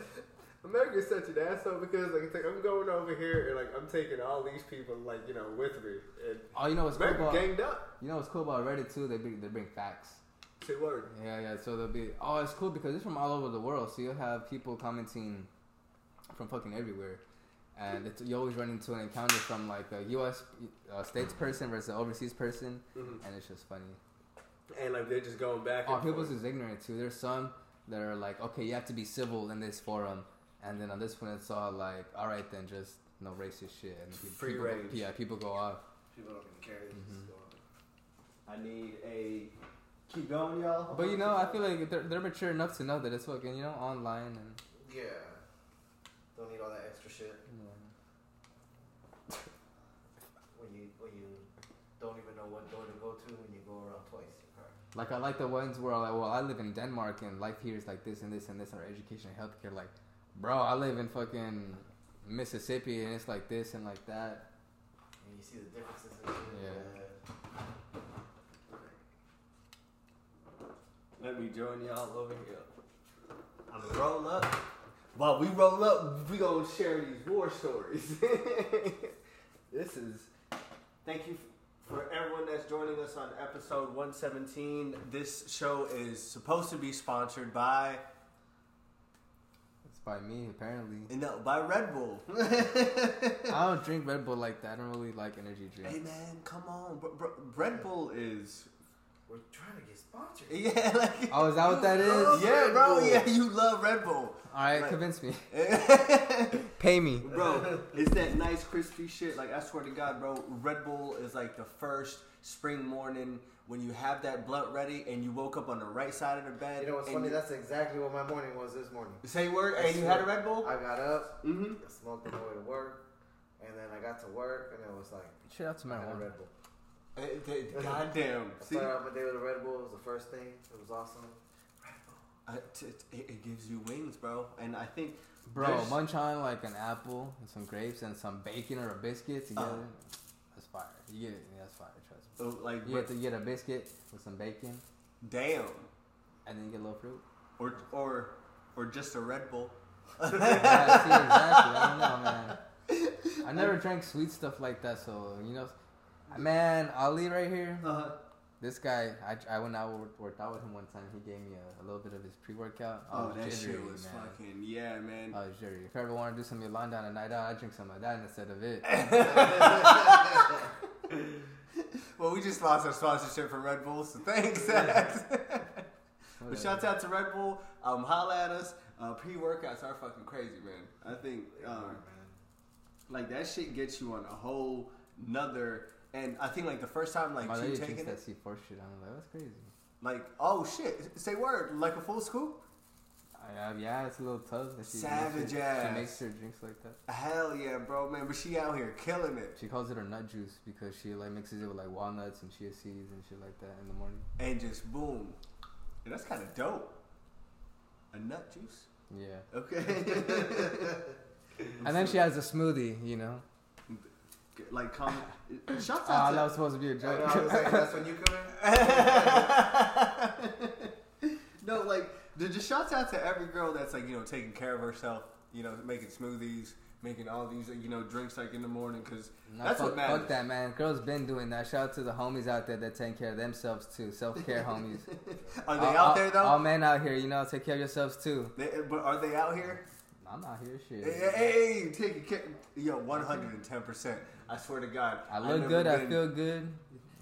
Speaker 5: America's such an asshole because like it's like I'm going over here and like I'm taking all these people like you know with me and
Speaker 3: Oh, you know what's cool
Speaker 5: America
Speaker 3: about
Speaker 5: ganged up.
Speaker 3: you know what's cool about Reddit too? They bring they bring facts.
Speaker 5: Say word.
Speaker 3: Yeah, yeah. So they'll be oh, it's cool because it's from all over the world. So you'll have people commenting from fucking everywhere, and it's, you always run into an encounter from like a U.S. Uh, states person versus an overseas person, and it's just funny.
Speaker 5: And like they're just going back.
Speaker 3: Oh,
Speaker 5: And
Speaker 3: people's
Speaker 5: forth.
Speaker 3: is ignorant too. There's some that are like, okay, you have to be civil in this forum, and then on this one it's all like, all right, then just no racist shit. And pe-
Speaker 5: Free
Speaker 3: people, go-
Speaker 5: range.
Speaker 3: Yeah, people go off.
Speaker 4: People don't even care. They just go on.
Speaker 2: I need a. Keep going, y'all.
Speaker 3: But you know, I feel like they're, they're mature enough to know that it's fucking you know online and.
Speaker 4: Yeah. Don't need all that extra shit when you when you don't even know what door to go to when you go around twice.
Speaker 3: Like I like the ones where like, well, I live in Denmark and life here is like this and this and this. Our education and healthcare, like, bro, I live in fucking Mississippi and it's like this and like that.
Speaker 4: And you see the differences. In shit.
Speaker 3: Yeah.
Speaker 2: Let me join y'all over here. I'm gonna roll up. While we roll up, we gonna share these war stories. this is. Thank you for everyone that's joining us on episode 117. This show is supposed to be sponsored by
Speaker 3: It's by me apparently.
Speaker 2: no by Red Bull.
Speaker 3: I don't drink Red Bull like that. I don't really like energy
Speaker 2: Hey
Speaker 3: drinks.
Speaker 2: man, come on, bro, bro, Red Bull is
Speaker 4: We're trying to get sponsored.
Speaker 2: yeah like
Speaker 3: Oh, is that what that is?
Speaker 2: yeah bro
Speaker 4: Bull.
Speaker 2: yeah you love Red Bull.
Speaker 3: All right,
Speaker 2: Right.
Speaker 3: convince me. Pay me.
Speaker 2: Bro, it's that nice crispy shit. Like I swear to God, bro, Red Bull is like the first spring morning when you have that blunt ready and you woke up on the right side of the bed.
Speaker 4: You know what's
Speaker 2: and
Speaker 4: funny? That's exactly what my morning was this morning.
Speaker 2: say word and you had a Red Bull.
Speaker 4: I got up,
Speaker 2: Mhm.
Speaker 4: I smoked on my way to work, and then I got to work, and it was like
Speaker 3: Shout out to
Speaker 4: I had a
Speaker 3: marijuana.
Speaker 4: Red Bull.
Speaker 2: Eh, eh, Goddamn.
Speaker 4: I
Speaker 2: See,
Speaker 3: Uh,
Speaker 4: started out my day with a Red Bull. It was the first thing. It was awesome.
Speaker 2: I- Uh, t- t- it it gives you wings, bro. And I think,
Speaker 3: Bro,
Speaker 2: There's-
Speaker 3: munch on like an apple and some grapes and some bacon or a biscuit together.
Speaker 2: Oh.
Speaker 3: that's fire. You get it? Yeah, that's fire. Trust me.
Speaker 2: uh, like,
Speaker 3: You get to get a biscuit with some bacon
Speaker 2: damn,
Speaker 3: and then you get a little fruit.
Speaker 2: or or or just a Red Bull.
Speaker 3: yeah, see, exactly. I don't know, man. I never drank sweet stuff like that, so you know, man, Ali right here.
Speaker 2: Uh-huh.
Speaker 3: This guy, I, I went out worked, worked out with him one time. He gave me a, a little bit of his pre workout.
Speaker 2: Oh, that shit was fucking yeah, man.
Speaker 3: I was jittery. Oh, If I ever want to do some Yolanda on a night out, I drink some of that instead of it.
Speaker 2: Well, we just lost our sponsorship from Red Bull, so thanks. but shout out to Red Bull. Um, holla at us. Uh, Pre workouts are fucking crazy, man. I think um,
Speaker 4: Uh-huh.
Speaker 2: like that shit gets you on a whole nother. And I think like the first time like
Speaker 3: My
Speaker 2: you
Speaker 3: lady
Speaker 2: taking
Speaker 3: drinks
Speaker 2: it,
Speaker 3: that C4 shit. I'm like, that's crazy.
Speaker 2: like oh shit, say word like a full scoop.
Speaker 3: I, I, yeah, it's a little tough. That she
Speaker 2: Savage
Speaker 3: makes her,
Speaker 2: ass.
Speaker 3: She makes her drinks like that.
Speaker 2: Hell yeah, bro, man. But she out here killing it
Speaker 3: She calls it her nut juice because she like mixes it with like walnuts and chia seeds and shit like that in the morning.
Speaker 2: and just boom. And that's kind of dope. A nut juice.
Speaker 3: Yeah.
Speaker 2: Okay.
Speaker 3: And then she has a smoothie, you know.
Speaker 2: like comment. Shout out
Speaker 3: Ah,
Speaker 2: to
Speaker 3: that was supposed to be a
Speaker 4: I, know,
Speaker 3: joke.
Speaker 4: I was like, that's when you come in.
Speaker 2: No, like the- just shouts out to every girl that's like you know taking care of herself, you know making smoothies, making all these you know drinks like in the morning because
Speaker 3: Nah,
Speaker 2: that's
Speaker 3: fuck,
Speaker 2: what matters.
Speaker 3: Fuck that, man. Girls been doing that. Shout out to the homies out there that take care of themselves too. Self care, homies.
Speaker 2: Are they out
Speaker 3: All- all-
Speaker 2: there though?
Speaker 3: All men out here, you know, take care of yourselves too.
Speaker 2: they, but are they out here?
Speaker 3: I'm out here, shit.
Speaker 2: Hey, hey, hey, take care. Yo, one hundred and ten percent. I swear to God,
Speaker 3: I
Speaker 2: I've
Speaker 3: look
Speaker 2: never
Speaker 3: good. I
Speaker 2: been-
Speaker 3: feel good.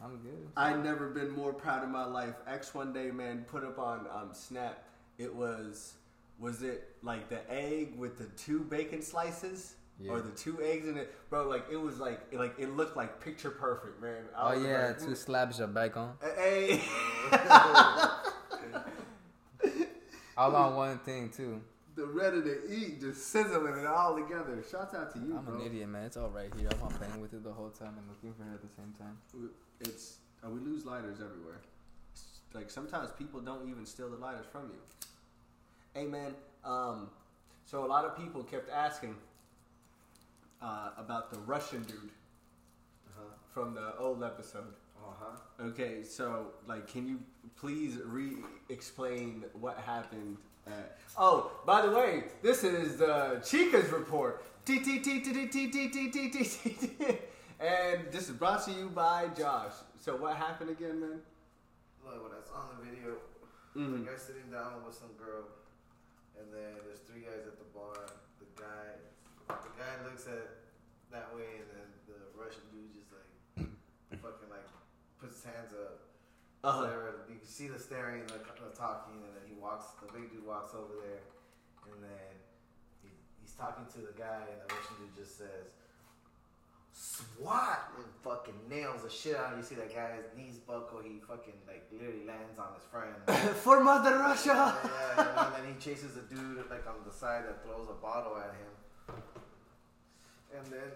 Speaker 3: I'm good.
Speaker 2: I never been more proud of my life. X one day man put up on um, Snap. It was was it like the egg with the two bacon slices or
Speaker 3: Yeah.
Speaker 2: the two eggs in it, bro? Like it was like it, like it looked like picture perfect, man.
Speaker 3: Oh
Speaker 2: I was
Speaker 3: yeah,
Speaker 2: like,
Speaker 3: two slabs of bacon.
Speaker 2: Hey,
Speaker 3: All on one thing too.
Speaker 6: the ready to
Speaker 2: E
Speaker 6: eat, just sizzling it all together. Shouts out to you,
Speaker 3: I'm
Speaker 6: bro.
Speaker 3: an idiot, man. It's all right here. I'm not playing with it the whole time and looking for it at the same time.
Speaker 6: It's uh, we lose lighters everywhere.
Speaker 2: Like sometimes people don't even steal the lighters from you. Hey man, um, so a lot of people kept asking uh, about the Russian dude from the old episode.
Speaker 4: Uh huh.
Speaker 2: Okay, so like, can you please re-explain what happened? At- oh, by the way, this is uh, Chica's report. T T T T T T T T T T T. T. And this is brought to you by Josh. So what happened again, man?
Speaker 4: Look, when I saw the video, the
Speaker 2: Mm-hmm.
Speaker 4: guy sitting down with some girl, and then there's three guys at the bar. The guy, the guy looks at that way, and then the Russian dude just like fucking like puts his hands up.
Speaker 2: Uh-huh.
Speaker 4: Whatever. You can see the staring, and the, the talking, and then he walks. The big dude walks over there, and then he, he's talking to the guy, and the Russian dude just says. SWAT and fucking nails the shit out. of You see that guy's knees buckle. He fucking like literally lands on his friend. yeah,
Speaker 2: For Mother Russia.
Speaker 4: and then he chases a dude like on the side that throws a bottle at him. And then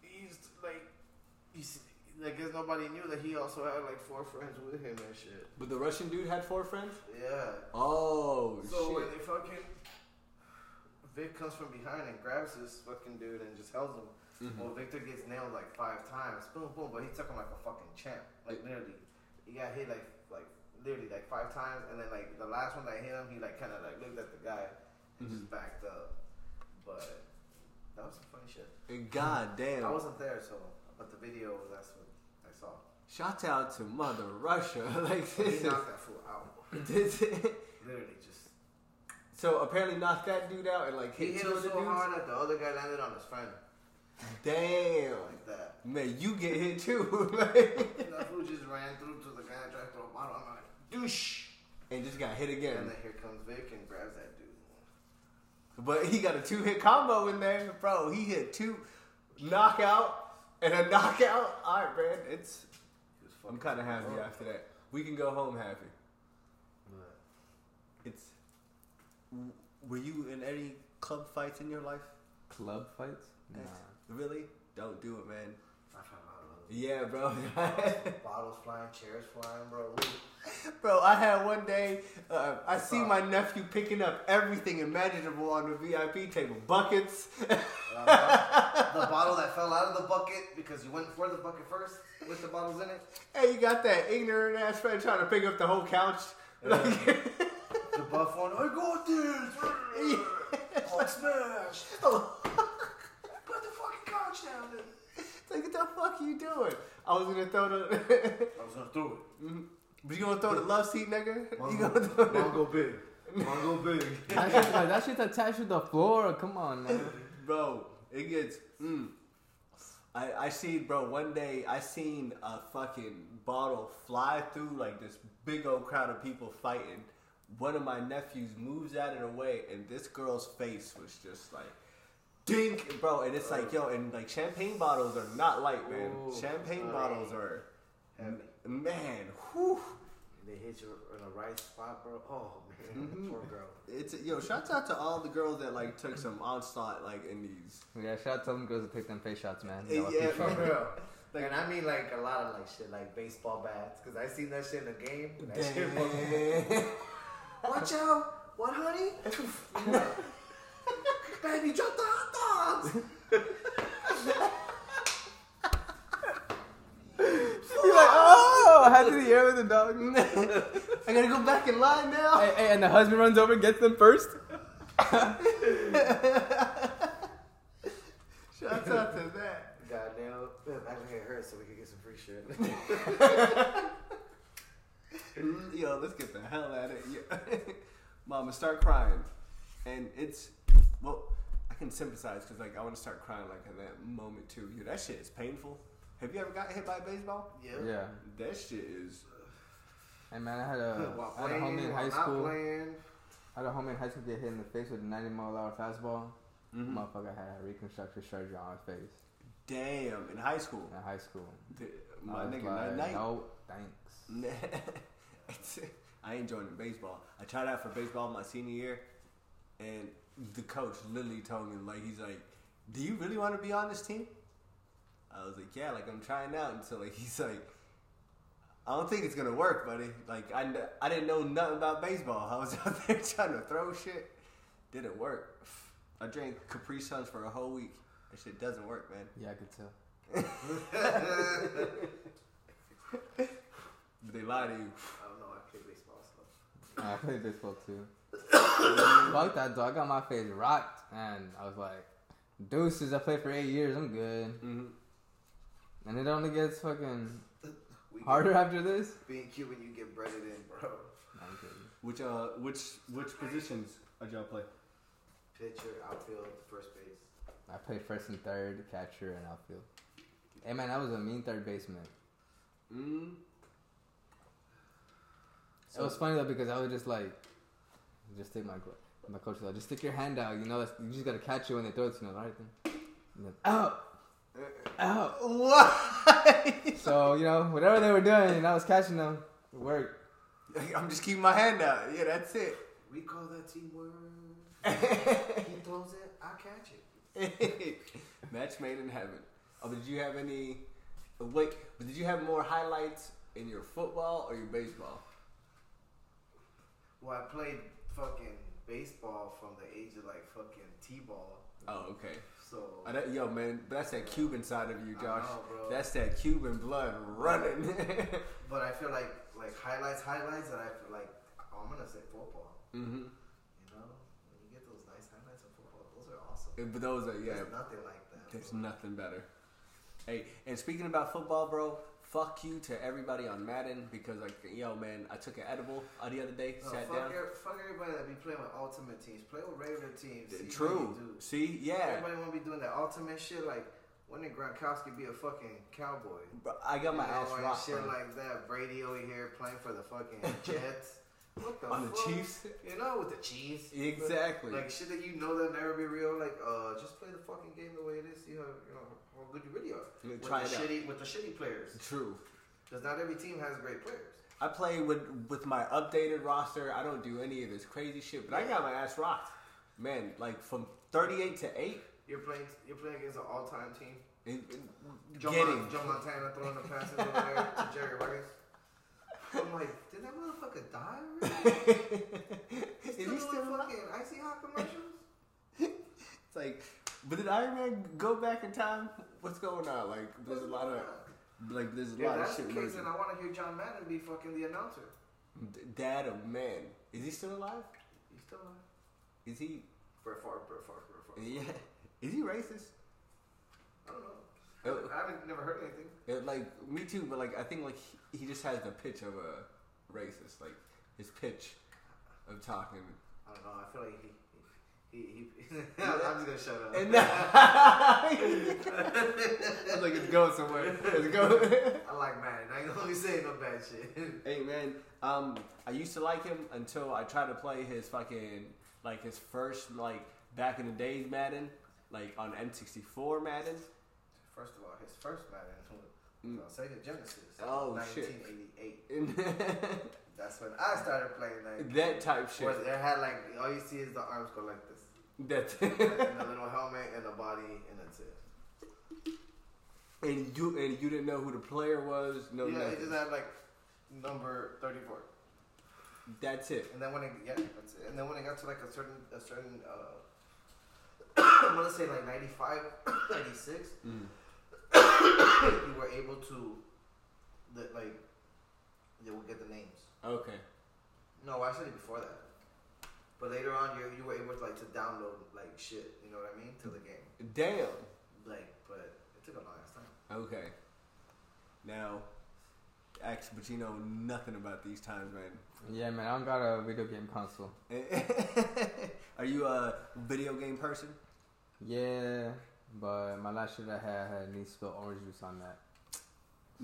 Speaker 4: he's like, he's like, guess nobody knew that he also had like four friends with him and shit.
Speaker 2: But the Russian dude had four friends.
Speaker 4: Yeah.
Speaker 2: Oh
Speaker 4: So when
Speaker 2: shit!
Speaker 4: they fucking Vic comes from behind and grabs this fucking dude and just holds him.
Speaker 2: Mm-hmm.
Speaker 4: Well, Victor gets nailed like five times, boom, boom, but he took him like a fucking champ, like literally. He got hit like like literally like five times, and then like the last one that hit him, he like kind of like looked at the guy and just
Speaker 2: Mm-hmm.
Speaker 4: backed up. But that was some funny shit.
Speaker 2: God damn!
Speaker 4: I wasn't there, so but the video that's what I saw.
Speaker 2: Shout out to Mother Russia. Like
Speaker 4: He
Speaker 2: this
Speaker 4: knocked that fool out,
Speaker 2: is. This is
Speaker 4: literally just.
Speaker 2: so apparently knocked that dude out and like
Speaker 4: He
Speaker 2: hit
Speaker 4: hit
Speaker 2: two
Speaker 4: him
Speaker 2: other
Speaker 4: so
Speaker 2: dudes.
Speaker 4: hard that the other guy landed on his friend
Speaker 2: Damn.
Speaker 4: like that.
Speaker 2: Man, you get hit too, man.
Speaker 4: And that fool just ran through to the guy tried to throw a bottle. I'm like, douche.
Speaker 2: and just got hit again.
Speaker 4: And then here comes Vic and grabs that dude.
Speaker 2: But he got a two hit combo in there, bro. He hit two knockout and a knockout. All right, man. It's
Speaker 4: He was
Speaker 2: I'm
Speaker 4: fucking.
Speaker 2: kind of happy after that. We can go home happy.
Speaker 4: But
Speaker 2: It's. Were you in any club fights in your life?
Speaker 3: Club fights? Nah.
Speaker 2: Really? Don't do it, man.
Speaker 4: I found out about it.
Speaker 2: Yeah, bro.
Speaker 4: Bottles flying, chairs flying, bro.
Speaker 2: Bro, I had one day. Uh, I see my nephew picking up everything imaginable on the VIP table, buckets.
Speaker 4: And I found uh, the bottle that fell out of the bucket because you went for the bucket first with the bottles in it.
Speaker 2: hey, you got that ignorant ass friend trying to pick up the whole couch. Like,
Speaker 4: The buff one, I got this. Hulk smash.
Speaker 2: Oh.
Speaker 4: Put the fucking couch down. Then.
Speaker 2: It's like, what the fuck you doing? I was gonna throw the,
Speaker 4: I was gonna throw it.
Speaker 2: but you gonna throw the love seat, nigga? You
Speaker 4: Mongo,
Speaker 2: gonna throw the,
Speaker 4: Mongo big. Mongo big.
Speaker 3: that, shit's, like, that shit's attached to the floor. Come on, man.
Speaker 2: bro? It gets. Mm. I I seen bro one day. I seen a fucking bottle fly through like this big old crowd of people fighting. One of my nephews moves out of the way, and this girl's face was just like. Dink, bro, and it's like yo, and like champagne bottles are not light, man.
Speaker 3: Ooh.
Speaker 2: champagne bottles are,
Speaker 4: Heavy.
Speaker 2: man, whew.
Speaker 4: They hit you in the right spot, bro. Oh man, poor girl.
Speaker 2: It's yo. Shouts out to all the girls that like took some onslaught like in these.
Speaker 3: Yeah, shout out to them girls that take them face shots, man.
Speaker 2: Yeah,
Speaker 3: No, I appreciate
Speaker 2: man.
Speaker 3: it.
Speaker 4: Like, and I mean like a lot of like shit, like baseball bats, because I seen that shit in the game. and That shit fucking- Watch out! What, honey? Baby, drop the hot dogs!
Speaker 3: You're like, oh, I had to the air with the dog.
Speaker 2: I gotta go back in line now.
Speaker 3: hey, hey, and the husband runs over and gets them first.
Speaker 2: Shouts out to that.
Speaker 4: Goddamn, I can get hurt so we can get some free shit.
Speaker 2: Mm, Yo, let's get the hell out of it. Yo. Mama, start crying, and it's well. I can sympathize because like I want to start crying like in that moment too. Yo, that shit is painful. Have you ever got hit by a baseball?
Speaker 3: Yeah.
Speaker 2: That shit is.
Speaker 3: Hey, man, I had a,
Speaker 4: While
Speaker 3: I had a
Speaker 4: playing,
Speaker 3: homie in
Speaker 4: while
Speaker 3: high
Speaker 4: not
Speaker 3: school.
Speaker 4: playing.
Speaker 3: I had a homie in high school get hit in the face with a 90 mile an hour fastball. Motherfucker had reconstructive surgery on his face
Speaker 2: Damn, in high school,
Speaker 3: in high school.
Speaker 2: Th-
Speaker 3: I
Speaker 2: my
Speaker 3: was
Speaker 2: nigga,
Speaker 3: like,
Speaker 2: night night.
Speaker 3: No, thanks.
Speaker 2: It's- I ain't joining baseball. I tried out for baseball my senior year, and the coach literally told me, like, he's like, "Do you really want to be on this team?" I was like, "Yeah, like I'm trying out." And so like he's like, "I don't think it's gonna work, buddy." Like I, kn- I didn't know nothing about baseball. I was out there trying to throw shit. Didn't work. I drank Capri Suns for a whole week. That shit doesn't work, man.
Speaker 3: Yeah, I could tell.
Speaker 2: They lie to you.
Speaker 4: I don't know. I play baseball, so
Speaker 3: I played baseball too. Fuck that dog. I got my face rocked, and I was like, deuces. I played for eight years. I'm good. And it only gets fucking
Speaker 4: we get-
Speaker 3: harder after this.
Speaker 4: being Cuban, you get breaded in, bro.
Speaker 3: No, I'm kidding.
Speaker 2: Which uh, which which positions are y'all play?
Speaker 4: Pitcher, outfield, first base.
Speaker 3: I played first and third, catcher, and outfield. Hey man, I was a mean third baseman.
Speaker 2: Mm.
Speaker 3: it was funny though because I was just like, just take my glo- my coach was like, just stick your hand out. You know, that's, you just gotta catch it when they throw it. to You know, all right then. And then, out, out.
Speaker 2: What?
Speaker 3: So you know, whatever they were doing, and I was catching them. It worked.
Speaker 2: I'm just keeping my hand out. Yeah, that's it.
Speaker 4: We call that teamwork. he throws it, I catch it.
Speaker 2: Match made in heaven. Oh, did you have any? oh, Wait, but did you have more highlights in your football or your baseball?
Speaker 4: Well, I played fucking baseball from the age of like fucking t-ball.
Speaker 2: Oh, okay.
Speaker 4: So
Speaker 2: Oh, that- yo, man, that's that Cuban side of you,
Speaker 4: I
Speaker 2: Josh.
Speaker 4: know, bro.
Speaker 2: that's that Cuban blood running.
Speaker 4: But I feel like like highlights, highlights, and I feel like I'm gonna say football.
Speaker 2: hmm
Speaker 4: You know, when you get those nice highlights of football, those are awesome.
Speaker 2: But those are yeah.
Speaker 4: There's nothing like that.
Speaker 2: There's
Speaker 4: bro.
Speaker 2: nothing better. Hey, and speaking about football, bro, fuck you to everybody on Madden because like, yo, man, I took an edible uh, the other day,
Speaker 4: No,
Speaker 2: sat
Speaker 4: Oh, fuck,
Speaker 2: down.
Speaker 4: every- fuck everybody that be playing with ultimate teams. Play with regular teams. See what you
Speaker 2: True.
Speaker 4: do.
Speaker 2: See, yeah.
Speaker 4: Everybody wanna be doing that ultimate shit. Like when did Gronkowski be a fucking cowboy?
Speaker 2: Bro, I got my
Speaker 4: You know,
Speaker 2: ass
Speaker 4: and
Speaker 2: rocked.
Speaker 4: shit
Speaker 2: bro.
Speaker 4: like that. Brady over here playing for the fucking Jets. What the
Speaker 2: On the
Speaker 4: fuck?
Speaker 2: Chiefs?
Speaker 4: You know, with the Chiefs.
Speaker 2: Exactly.
Speaker 4: Like shit that you know that never be real. Like, uh, just play the fucking game the way it is. See how you know how good you really are.
Speaker 2: Yeah,
Speaker 4: With
Speaker 2: try
Speaker 4: the
Speaker 2: it out.
Speaker 4: shitty with the shitty players,
Speaker 2: True.
Speaker 4: because not every team has great players.
Speaker 2: I play with with my updated roster. I don't do any of this crazy shit, but I got my ass rocked. Man, like from 38 to 8,
Speaker 4: You're playing you're playing against an all time team.
Speaker 2: it, it-
Speaker 4: Joe,
Speaker 2: getting
Speaker 4: Mon- Joe Montana throwing the passes over there to Jerry Rice. I'm like, did that motherfucker die already?
Speaker 2: Is
Speaker 4: Still
Speaker 2: he
Speaker 4: doing
Speaker 2: still alive?
Speaker 4: fucking icy hot commercials?
Speaker 2: It's like, but did Iron Man go back in time? What's going on? Like, there's a lot of, like, there's a
Speaker 4: Yeah,
Speaker 2: lot of
Speaker 4: that's the
Speaker 2: shit.
Speaker 4: case,
Speaker 2: merging.
Speaker 4: and I want to hear John Madden be fucking the announcer.
Speaker 2: D- Dad of man, is he still alive?
Speaker 4: He's still alive.
Speaker 2: Is he?
Speaker 4: Brett Favre, Brett Favre, Brett Favre.
Speaker 2: Yeah. Is he racist?
Speaker 4: I don't
Speaker 2: Oh.
Speaker 4: know. I haven't never heard anything.
Speaker 2: Yeah, like me too, but like I think like he, he just has the pitch of a racist, like his pitch of talking.
Speaker 4: I don't know. I feel like he. He, he, he, I'm just gonna shut up.
Speaker 2: And I was like, it's going somewhere. It's going.
Speaker 4: I like Madden. I ain't gonna be saying no bad shit.
Speaker 2: hey man, um, I used to like him until I tried to play his fucking like his first like back in the days Madden, like on N64 Madden.
Speaker 4: First of all, his first Madden was on Sega Genesis.
Speaker 2: Mm. Oh, shit.
Speaker 4: 1988.
Speaker 2: And
Speaker 4: That's when I started playing that.
Speaker 2: that type shit.
Speaker 4: Where they had like all you see is the arms go like this,
Speaker 2: That.
Speaker 4: and a little helmet and a body, and that's it.
Speaker 2: and you and you didn't know who the player was. No,
Speaker 4: yeah,
Speaker 2: nothing.
Speaker 4: it just had like number 34.
Speaker 2: That's it.
Speaker 4: And then when it yeah, that's it. and then when it got to like a certain a certain uh I'm gonna say like 95, 96,
Speaker 2: Mm.
Speaker 4: you were able to the, like they would get the names.
Speaker 2: Okay.
Speaker 4: No, I said it before that. But later on, you you were able to like to download like shit. You know what I mean to the game.
Speaker 2: Damn.
Speaker 4: Like, but it took a long ass time.
Speaker 2: Okay. Now, X, but you know nothing about these times,
Speaker 3: Yeah, man, I don't got a video game console.
Speaker 2: man. Are you a video game person?
Speaker 3: Yeah, but my last shit I had had me spill orange juice on that.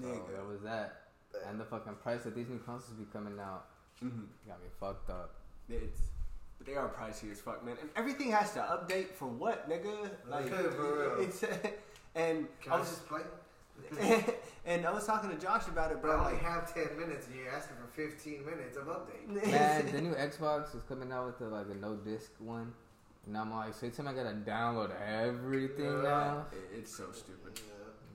Speaker 3: So
Speaker 2: Nigga.
Speaker 3: that was that. And the fucking price that these new consoles be coming out
Speaker 2: Mhm.
Speaker 3: got me fucked up.
Speaker 2: It's, but they are pricey as fuck, man. And everything has to update for what, nigga? Like,
Speaker 4: For real.
Speaker 2: it's and
Speaker 4: Can
Speaker 2: I
Speaker 4: I
Speaker 2: was
Speaker 4: just play?
Speaker 2: and I was talking to Josh about it,
Speaker 4: But I
Speaker 2: bro.
Speaker 4: only
Speaker 2: Like,
Speaker 4: have ten minutes, and you're asking for fifteen minutes of update.
Speaker 3: Man, the new Xbox is coming out with the, like a no disc one. Now I'm like, so time I gotta download everything
Speaker 4: Oh,
Speaker 3: now.
Speaker 2: It- It's so stupid.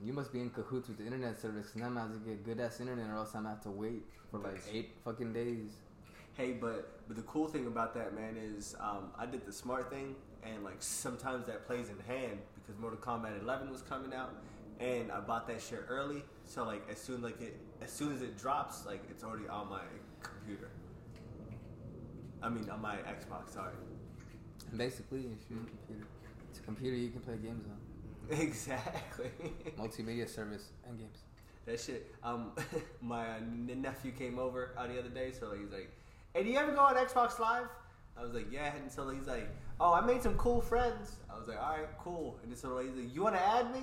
Speaker 3: You must be in cahoots with the internet service. 'cause Now I'm gonna have to get good ass internet, or else I'm gonna have to wait for like
Speaker 2: Yes.
Speaker 3: eight fucking days.
Speaker 2: Hey, but but the cool thing about that man is um, I did the smart thing, and like sometimes that plays in hand because Mortal Kombat 11 was coming out, and I bought that shit early. So like as soon like it as soon as it drops, like it's already on my computer. I mean on my Xbox. Sorry.
Speaker 3: Basically, it's your computer. It's a computer you can play games on.
Speaker 2: Exactly.
Speaker 3: Multimedia service and games.
Speaker 2: that shit. Um, my uh, n- nephew came over uh, the other day, so like, he's like, "Hey, do you ever go on Xbox Live?" I was like, "Yeah," and so he's like, "Oh, I made some cool friends." I was like, "All right, cool." And so like, he's like, "You want to add me?"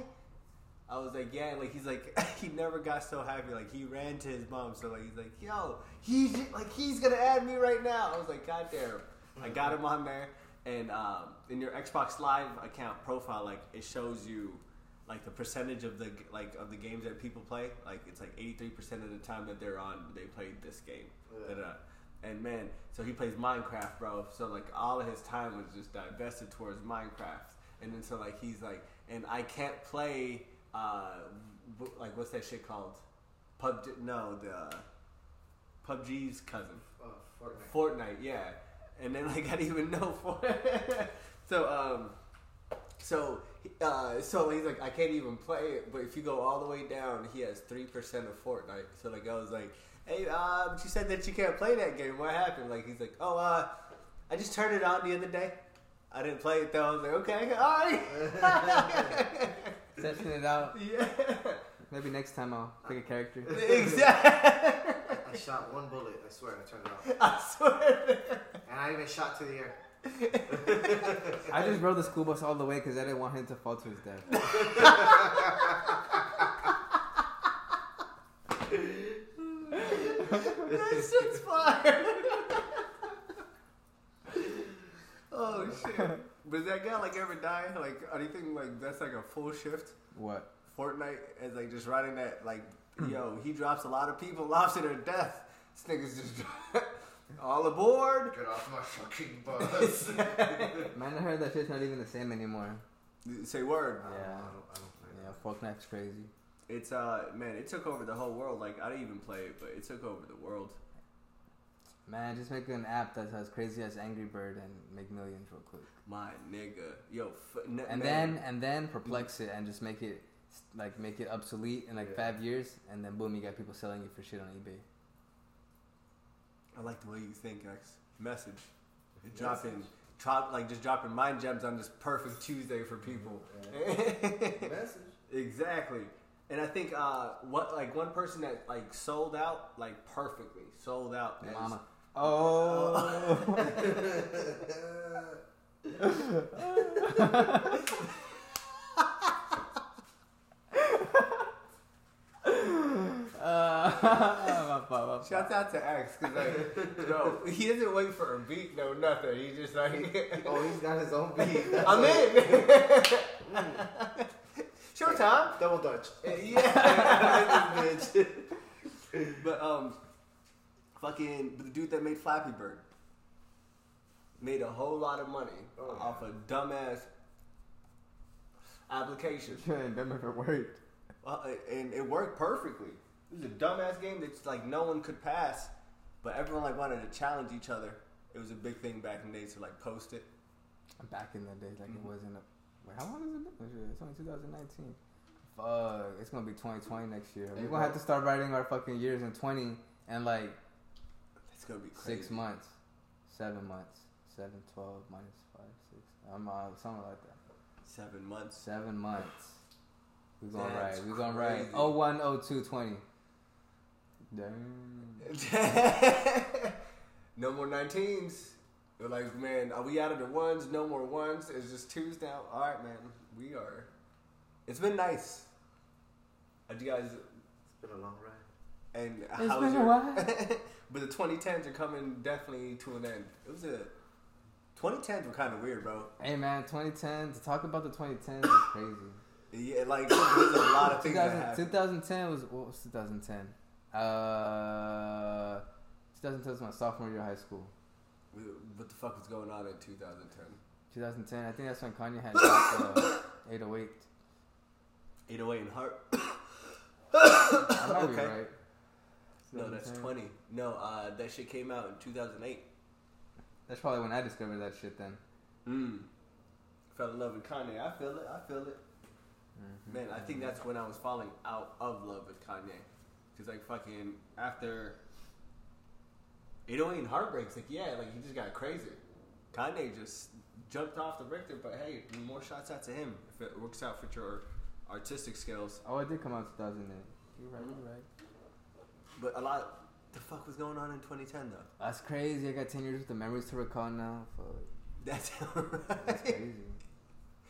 Speaker 2: I was like, "Yeah." Like he's like, he never got so happy. Like he ran to his mom, so like he's like, "Yo, he's like he's gonna add me right now." I was like, "God damn!" I got him on there, and um, in your Xbox Live account profile, like it shows you like the percentage of the like of the games that people play, like it's like eighty three percent of the time that they're on, they play this game.
Speaker 4: Yeah.
Speaker 2: Da-da. And man, so he plays Minecraft, bro. So like all of his time was just divested towards Minecraft. And then so like he's like, and I can't play, uh, w- like what's that shit called? PUBG? No, the uh, PUBG's cousin.
Speaker 4: Oh, Fortnite.
Speaker 2: Fortnite, yeah. And then like I didn't even know Fortnite. so um, so uh, so he's like I can't even play it. But if you go all the way down, he has three percent of Fortnite. So like I was like, hey, uh, but you said that you can't play that game. What happened? Like he's like, oh, uh, I just turned it on the other day. I didn't play it though. I was like, okay, all right.
Speaker 3: Testing it out.
Speaker 2: yeah,
Speaker 3: Maybe next time I'll pick a character.
Speaker 2: exactly.
Speaker 4: I shot one bullet. I swear, I turned it off,
Speaker 2: I swear.
Speaker 4: and I even shot to the air.
Speaker 3: I just rode the school bus all the way because I didn't want him to fall to his death.
Speaker 2: That shit's fire. oh shit! Does that guy like ever die? Like anything like that's like a full shift.
Speaker 3: What?
Speaker 2: Fortnite is like just riding that like
Speaker 3: Hmm.
Speaker 2: yo. He drops a lot of people off to their death. This nigga's just all aboard.
Speaker 4: Get off my fucking bus.
Speaker 3: Man, I heard that shit's not even the same anymore.
Speaker 2: Say word.
Speaker 4: I don't,
Speaker 3: Yeah.
Speaker 4: I don't, I don't play
Speaker 3: Yeah, Fortnite's crazy.
Speaker 2: It's uh man, it took over the whole world. Like I didn't even play it, but it took over the world.
Speaker 3: Man, just make an app that's as crazy as Angry Bird and make millions real quick.
Speaker 2: My nigga, yo. F- n- man.
Speaker 3: And then and then perplex it and just make it like make it obsolete in like
Speaker 4: Yeah.
Speaker 3: five years, and then boom, you got people selling it for shit on eBay.
Speaker 2: I like the way you think, X. Message. Dropping, drop, like just dropping mind gems on this perfect Tuesday for people.
Speaker 4: that. Message.
Speaker 2: exactly. And I think uh, what like one person that like sold out like perfectly sold out. as-
Speaker 3: Mama. Oh, my fault, my fault.
Speaker 2: Shouts out to X because like no, he doesn't wait for a beat, no nothing. He just like
Speaker 4: Oh, he's got his own beat. That's
Speaker 2: I'm
Speaker 4: like
Speaker 2: in. Showtime.
Speaker 4: Double Dutch.
Speaker 2: Yeah, bitch. but um, fucking but the dude that made Flappy Bird made a whole lot of money
Speaker 4: Oh,
Speaker 2: off a dumbass application,
Speaker 3: Remember if it worked.
Speaker 2: Well, and it worked perfectly. It was a dumbass game that like no one could pass, but everyone like wanted to challenge each other. It was a big thing back in the days to like post it.
Speaker 3: Back in the day, like it wasn't. A, wait, how long has it been? Shit, It's only 2019. Fuck, it's gonna be 2020 next year. We're gonna have to start writing our fucking years in 20 and like
Speaker 2: It's gonna be crazy.
Speaker 3: six months, seven months, seven, 12 minus five, six. I'm uh, something like that.
Speaker 2: seven months.
Speaker 3: Seven months. We gonna
Speaker 2: That's
Speaker 3: write. We gonna write.
Speaker 2: crazy.
Speaker 3: Oh one, oh two, twenty. Damn.
Speaker 2: no more 19s. They're like, man, are we out of the ones? No more ones. It's just twos now. All right, man. We are. It's been nice. How'd you guys.
Speaker 4: It's been a long ride.
Speaker 2: And
Speaker 3: been
Speaker 2: how's
Speaker 3: a
Speaker 2: your.
Speaker 3: while.
Speaker 2: but the 2010s are coming definitely to an end. It was a. 2010s were kind of weird, bro.
Speaker 3: Hey man, 2010. To talk about the 2010s is crazy.
Speaker 2: Yeah, like, there's a lot of things that
Speaker 3: 2000,
Speaker 2: happened.
Speaker 3: 2010 was what was 2010? Uh, 2010 was my sophomore year of high school.
Speaker 2: What the fuck was going on in 2010?
Speaker 3: 2010. I think that's when Kanye had dropped, uh, 808.
Speaker 2: 808 and Heart.
Speaker 3: I might be
Speaker 2: Okay.
Speaker 3: right.
Speaker 2: No, that's
Speaker 3: 2010.
Speaker 2: 20. No, uh, that shit came out in 2008.
Speaker 3: That's probably when I discovered that shit then.
Speaker 2: Mm. Fell in love with Kanye. I feel it. I feel it. Man, I think that's when I was falling out of love with Kanye. Cause like fucking after 808 and heartbreaks, like yeah, like he just got crazy. Kanye just jumped off the Richter, but hey, more shots out to him if it works out for your artistic skills.
Speaker 3: Oh, it did come out in 2008. You're right. You're right.
Speaker 2: But a lot, the fuck was going on in 2010 though.
Speaker 3: That's crazy. I got 10 years with the memories to recall now. Fuck.
Speaker 2: That's
Speaker 3: That's
Speaker 2: right.
Speaker 3: crazy.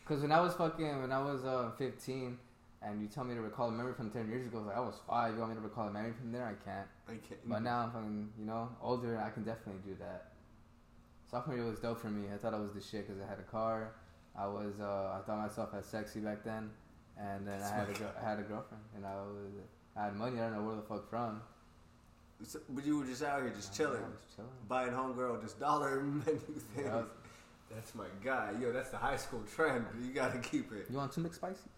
Speaker 3: Cause when I was fucking, when I was uh, 15, and you tell me to recall a memory from 10 years ago, like I was five. You want me to recall a memory from there? I can't.
Speaker 2: I can't.
Speaker 3: But now I'm fucking, you know, older. I can definitely do that. Sophomore year was dope for me. I thought I was the shit because I had a car. I was, uh, I thought myself as sexy back then, and then I had a, gir- I had a girlfriend, and I was, I had money. I don't know where the fuck from.
Speaker 2: So- but you were just out here just chilling.
Speaker 3: I was chilling.
Speaker 2: buying homegirl just dollar menu things.
Speaker 3: Yeah.
Speaker 2: That's my guy. Yo, that's the high school trend. You gotta keep it.
Speaker 3: You want two spicy?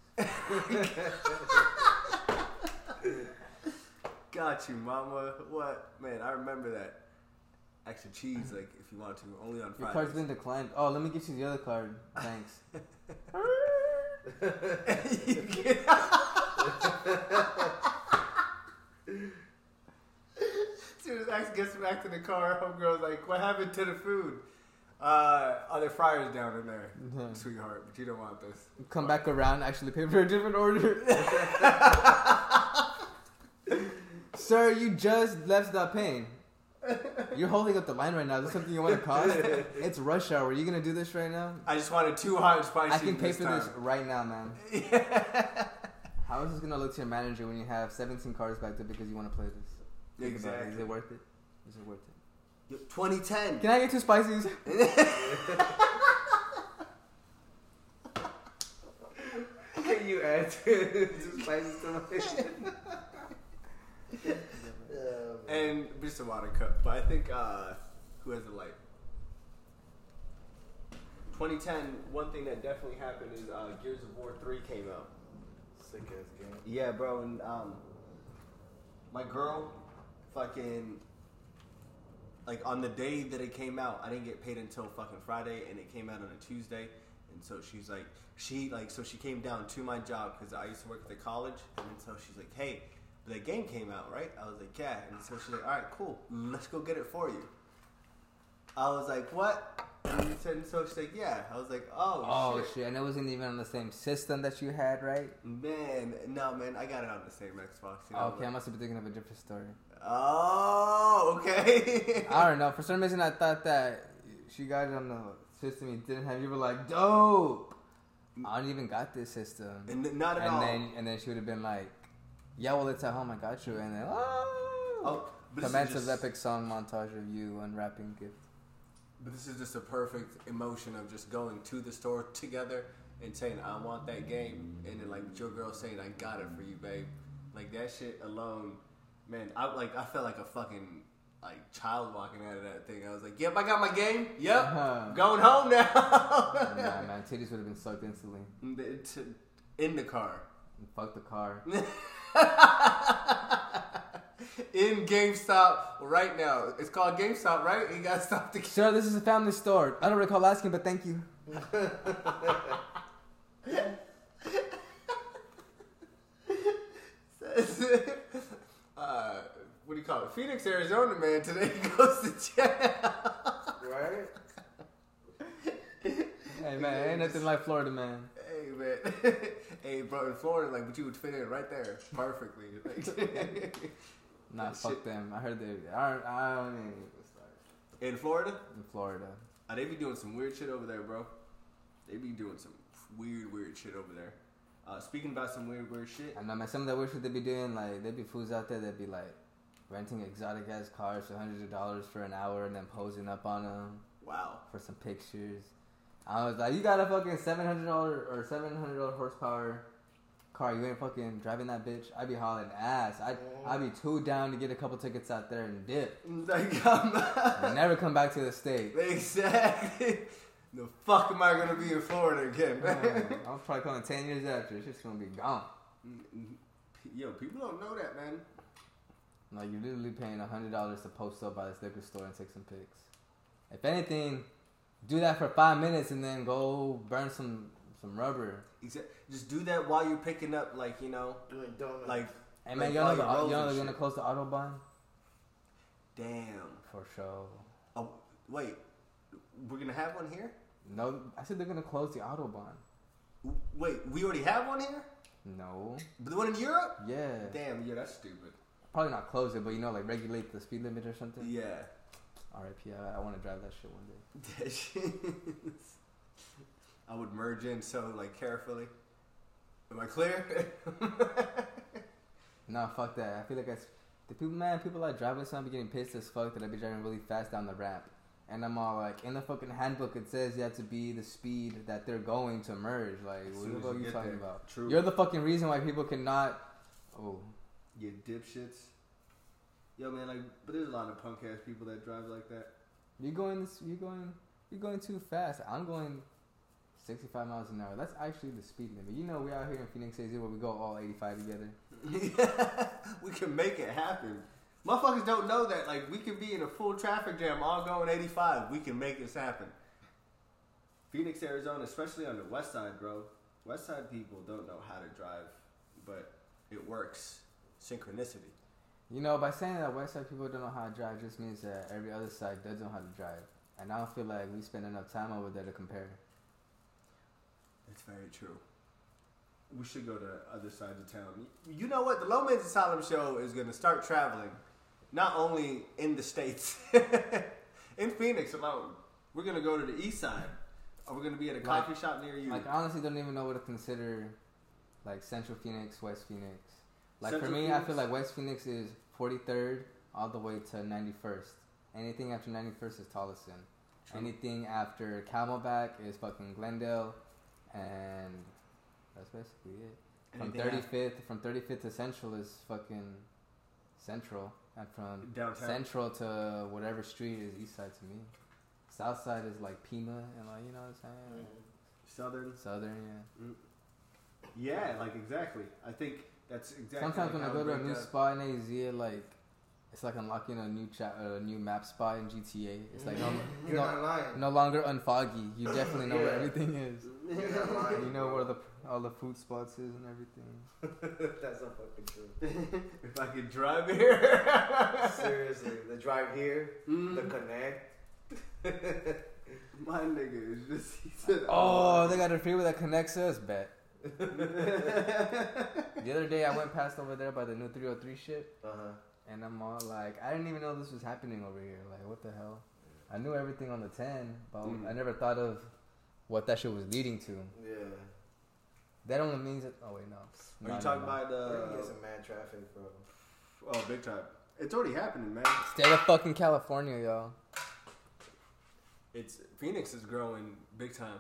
Speaker 2: Got you, mama. What? Man, I remember that. Extra cheese, like, if you want to. Only on
Speaker 3: Your card's
Speaker 2: Fridays.
Speaker 3: been declined. Oh, let me get you the other card. Thanks.
Speaker 2: Soon as Axe gets back to the car, homegirl's like, what happened to the food? Uh, oh, there fryers down in there,
Speaker 3: Mhm.
Speaker 2: sweetheart, but you don't want this.
Speaker 3: Come back around, actually pay for a different order. Sir, you just left the pain. You're holding up the line right now. Is this something you want to cause? It's rush hour. Are you gonna do this right now?
Speaker 2: I just wanted two hot and spicy.
Speaker 3: I can pay for
Speaker 2: time.
Speaker 3: this right now, man. How is this gonna look to your manager when you have 17 cards backed up because you want to play this? Think about it. Is
Speaker 2: Exactly.
Speaker 3: it worth it? Is it worth it?
Speaker 2: 2010.
Speaker 3: Can I get two spices?
Speaker 4: Can you add to spices to my
Speaker 2: and just a water cup. But I think uh, who has the light? 2010. One thing that definitely happened is uh, Gears of War 3 came out.
Speaker 4: Sick ass game.
Speaker 2: Yeah, bro, and um, my girl, fucking, like on the day that it came out, I didn't get paid until fucking Friday, and it came out on a Tuesday, and so she's like, she like, so she came down to my job because I used to work at the college, and then so she's like, hey, the game came out, right? I was like, yeah, and so she's like, all right, cool, Mm, let's go get it for you. I was like, what? And then so she's like, yeah. I was like, oh,
Speaker 3: Oh
Speaker 2: shit.
Speaker 3: shit! And it wasn't even on the same system that you had, right?
Speaker 2: Man, no, man, I got it on the same Xbox. You know,
Speaker 3: Okay, I must have been thinking of a different story.
Speaker 2: Oh, okay.
Speaker 3: I don't know. For some reason, I thought that she got it on the system you didn't have. You were like, dope. I don't even got this system.
Speaker 2: and th- not at all.
Speaker 3: And then, and then she would have been like, yeah, well, it's at home. I got you. And then, oh.
Speaker 2: oh, but this,
Speaker 3: Commence
Speaker 2: is
Speaker 3: of
Speaker 2: just,
Speaker 3: epic song montage of you unwrapping gift.
Speaker 2: but this is just a perfect emotion of just going to the store together and saying, I want that game. And then, like, your girl saying, I got it for you, babe. Like, that shit alone, man, I like, I felt like a fucking. Like child walking out of that thing, I was like, "Yep, I got my game. Yep,
Speaker 3: Uh-huh.
Speaker 2: going home now."
Speaker 3: nah, man, titties would have been sucked instantly.
Speaker 2: To- In the car,
Speaker 3: And fuck the car.
Speaker 2: in GameStop right now. It's called GameStop, right? You gotta stop the.
Speaker 3: Sure, this is a family store. I don't recall asking, but thank you.
Speaker 2: uh, what do you call it? Phoenix, Arizona man today goes to jail.
Speaker 4: Right?
Speaker 3: Hey, man, ain't nothing like Florida, man.
Speaker 2: Hey man, hey bro, in Florida, like, but you would fit in right there perfectly. Like,
Speaker 3: Nah,
Speaker 2: That
Speaker 3: fuck
Speaker 2: shit-
Speaker 3: them. I heard they. I don't, I don't even get me started.
Speaker 2: in Florida,
Speaker 3: In Florida.
Speaker 2: oh, they be doing some weird shit over there, bro. They be doing some weird, weird shit over there. Uh, speaking about some weird, weird shit.
Speaker 3: I know, man. Some of that weird shit they be doing, like, there be fools out there that be, like, renting exotic ass cars for hundreds of dollars for an hour and then posing up on them
Speaker 2: Wow.
Speaker 3: for some pictures. I was like, you got a fucking $700 or $700 horsepower car. You ain't fucking driving that bitch. I'd be hauling ass. I'd,
Speaker 2: Mm-hmm.
Speaker 3: I'd be too down to get a couple tickets out there and dip.
Speaker 2: Like, I'm
Speaker 3: And never come back to the state.
Speaker 2: Exactly. The fuck am I gonna be in Florida again, man?
Speaker 3: Man, I'm probably coming ten years after. It's just gonna be gone.
Speaker 2: Yo, people don't know that, man.
Speaker 3: Like you're literally paying hundred dollars to post up by this liquor store and take some pics. If anything, do that for five minutes and then go burn some some rubber.
Speaker 2: Exa- Just do that while you're picking up, like you know,
Speaker 4: Doing donuts.
Speaker 2: like
Speaker 3: Hey man,
Speaker 2: Like,
Speaker 3: y'all
Speaker 2: all
Speaker 3: oh, know, the,
Speaker 2: your
Speaker 3: y'all
Speaker 2: roads
Speaker 3: know
Speaker 2: and
Speaker 3: they're gonna
Speaker 2: shit.
Speaker 3: close the autobahn
Speaker 2: damn.
Speaker 3: for sure.
Speaker 2: Oh, wait, we're gonna have one here.
Speaker 3: No, I said they're gonna close the autobahn.
Speaker 2: W- Wait, we already have one here.
Speaker 3: No.
Speaker 2: The one in Europe?
Speaker 3: Yeah.
Speaker 2: Damn, yeah, that's stupid.
Speaker 3: Probably not close it, but you know, like regulate the speed limit or something.
Speaker 2: Yeah,
Speaker 3: RIP. I, I want to drive that shit one day.
Speaker 2: That shit is- I would merge in so like carefully. Am I clear?
Speaker 3: Nah, fuck that. I feel like I, s- the people, man, people like driving. So I be getting pissed as fuck that I be driving really fast down the ramp, and I'm all like, in the fucking handbook it says you have to be the speed that they're going to merge. Like,
Speaker 2: As
Speaker 3: what
Speaker 2: soon
Speaker 3: the
Speaker 2: as
Speaker 3: fuck
Speaker 2: you
Speaker 3: you
Speaker 2: get
Speaker 3: talking
Speaker 2: there.
Speaker 3: about?
Speaker 2: True.
Speaker 3: You're the fucking reason why people cannot. Oh,
Speaker 2: you dipshits. Yo, man, like, but there's a lot of punk ass people that drive like that.
Speaker 3: you're going this. You're going. You're going too fast. I'm going. 65 miles an hour. That's actually the speed limit. You know, we out here in Phoenix, AZ, where we go all 85 together.
Speaker 2: we can make it happen. Motherfuckers don't know that. Like, we can be in a full traffic jam, all going 85. We can make this happen. Phoenix, Arizona, especially on the west side, bro. West side people don't know how to drive, but it works. Synchronicity.
Speaker 3: You know, by saying that West Side people don't know how to drive just means that every other side does know how to drive. And I don't feel like we spend enough time over there to compare.
Speaker 2: That's very true. We should go to the other side of town. Y- You know what? The Low Man's Asylum show is going to start traveling, not only in the States, in Phoenix alone. We're going to go to the east side. Or we're going to be at a
Speaker 3: Like-
Speaker 2: coffee shop near you.
Speaker 3: Like, I honestly don't even know what to consider, like, Central Phoenix, West Phoenix. Like,
Speaker 2: Central
Speaker 3: for me, I
Speaker 2: Phoenix?
Speaker 3: feel like West Phoenix is 43rd all the way to 91st. Anything after 91st is Tolleson.
Speaker 2: True.
Speaker 3: Anything after Camelback is fucking Glendale. And that's basically it. From
Speaker 2: Anything
Speaker 3: thirty fifth, from thirty fifth to Central is fucking Central, and from
Speaker 2: Downtown.
Speaker 3: Central to whatever street is East Side to me. South Side is like Pima and like you know what I'm
Speaker 4: Mm-hmm.
Speaker 3: saying.
Speaker 2: Southern.
Speaker 3: Southern, yeah.
Speaker 2: Yeah, like exactly. I think that's exactly. like
Speaker 3: Sometimes when I
Speaker 2: how
Speaker 3: go
Speaker 2: it
Speaker 3: to a
Speaker 2: breaks
Speaker 3: new
Speaker 2: down.
Speaker 3: spot in AZ, it, like it's like unlocking a new chat, a new map spot in GTA. It's like no,
Speaker 4: You're
Speaker 3: no,
Speaker 4: not lying.
Speaker 3: no longer unfoggy. You definitely know where
Speaker 4: Yeah.
Speaker 3: everything is.
Speaker 4: You're not lying.
Speaker 3: You know where the all the food spots is and everything.
Speaker 4: That's not fucking true.
Speaker 2: if I could drive here,
Speaker 4: Seriously, the drive here, the
Speaker 3: Mm-hmm. Mm.
Speaker 4: connect.
Speaker 2: my nigga is just. He said,
Speaker 3: Oh, they got a freeway that connects us, bet. the other day I went past over there by the new 303 shit,
Speaker 4: Uh huh.
Speaker 3: and I'm all like, I didn't even know this was happening over here. Like, what the hell? I knew everything on the 10, but
Speaker 2: Mm.
Speaker 3: I never thought of what that shit was leading to.
Speaker 4: Yeah.
Speaker 3: That only means that. Oh wait, no.
Speaker 2: Are
Speaker 3: No,
Speaker 2: you
Speaker 3: no,
Speaker 2: talking
Speaker 3: no.
Speaker 2: about
Speaker 4: We're
Speaker 2: uh,
Speaker 4: gonna get some mad traffic, bro.
Speaker 2: Oh, big time. It's already happening, man.
Speaker 3: State of fucking California, y'all.
Speaker 2: It's Phoenix is growing big time.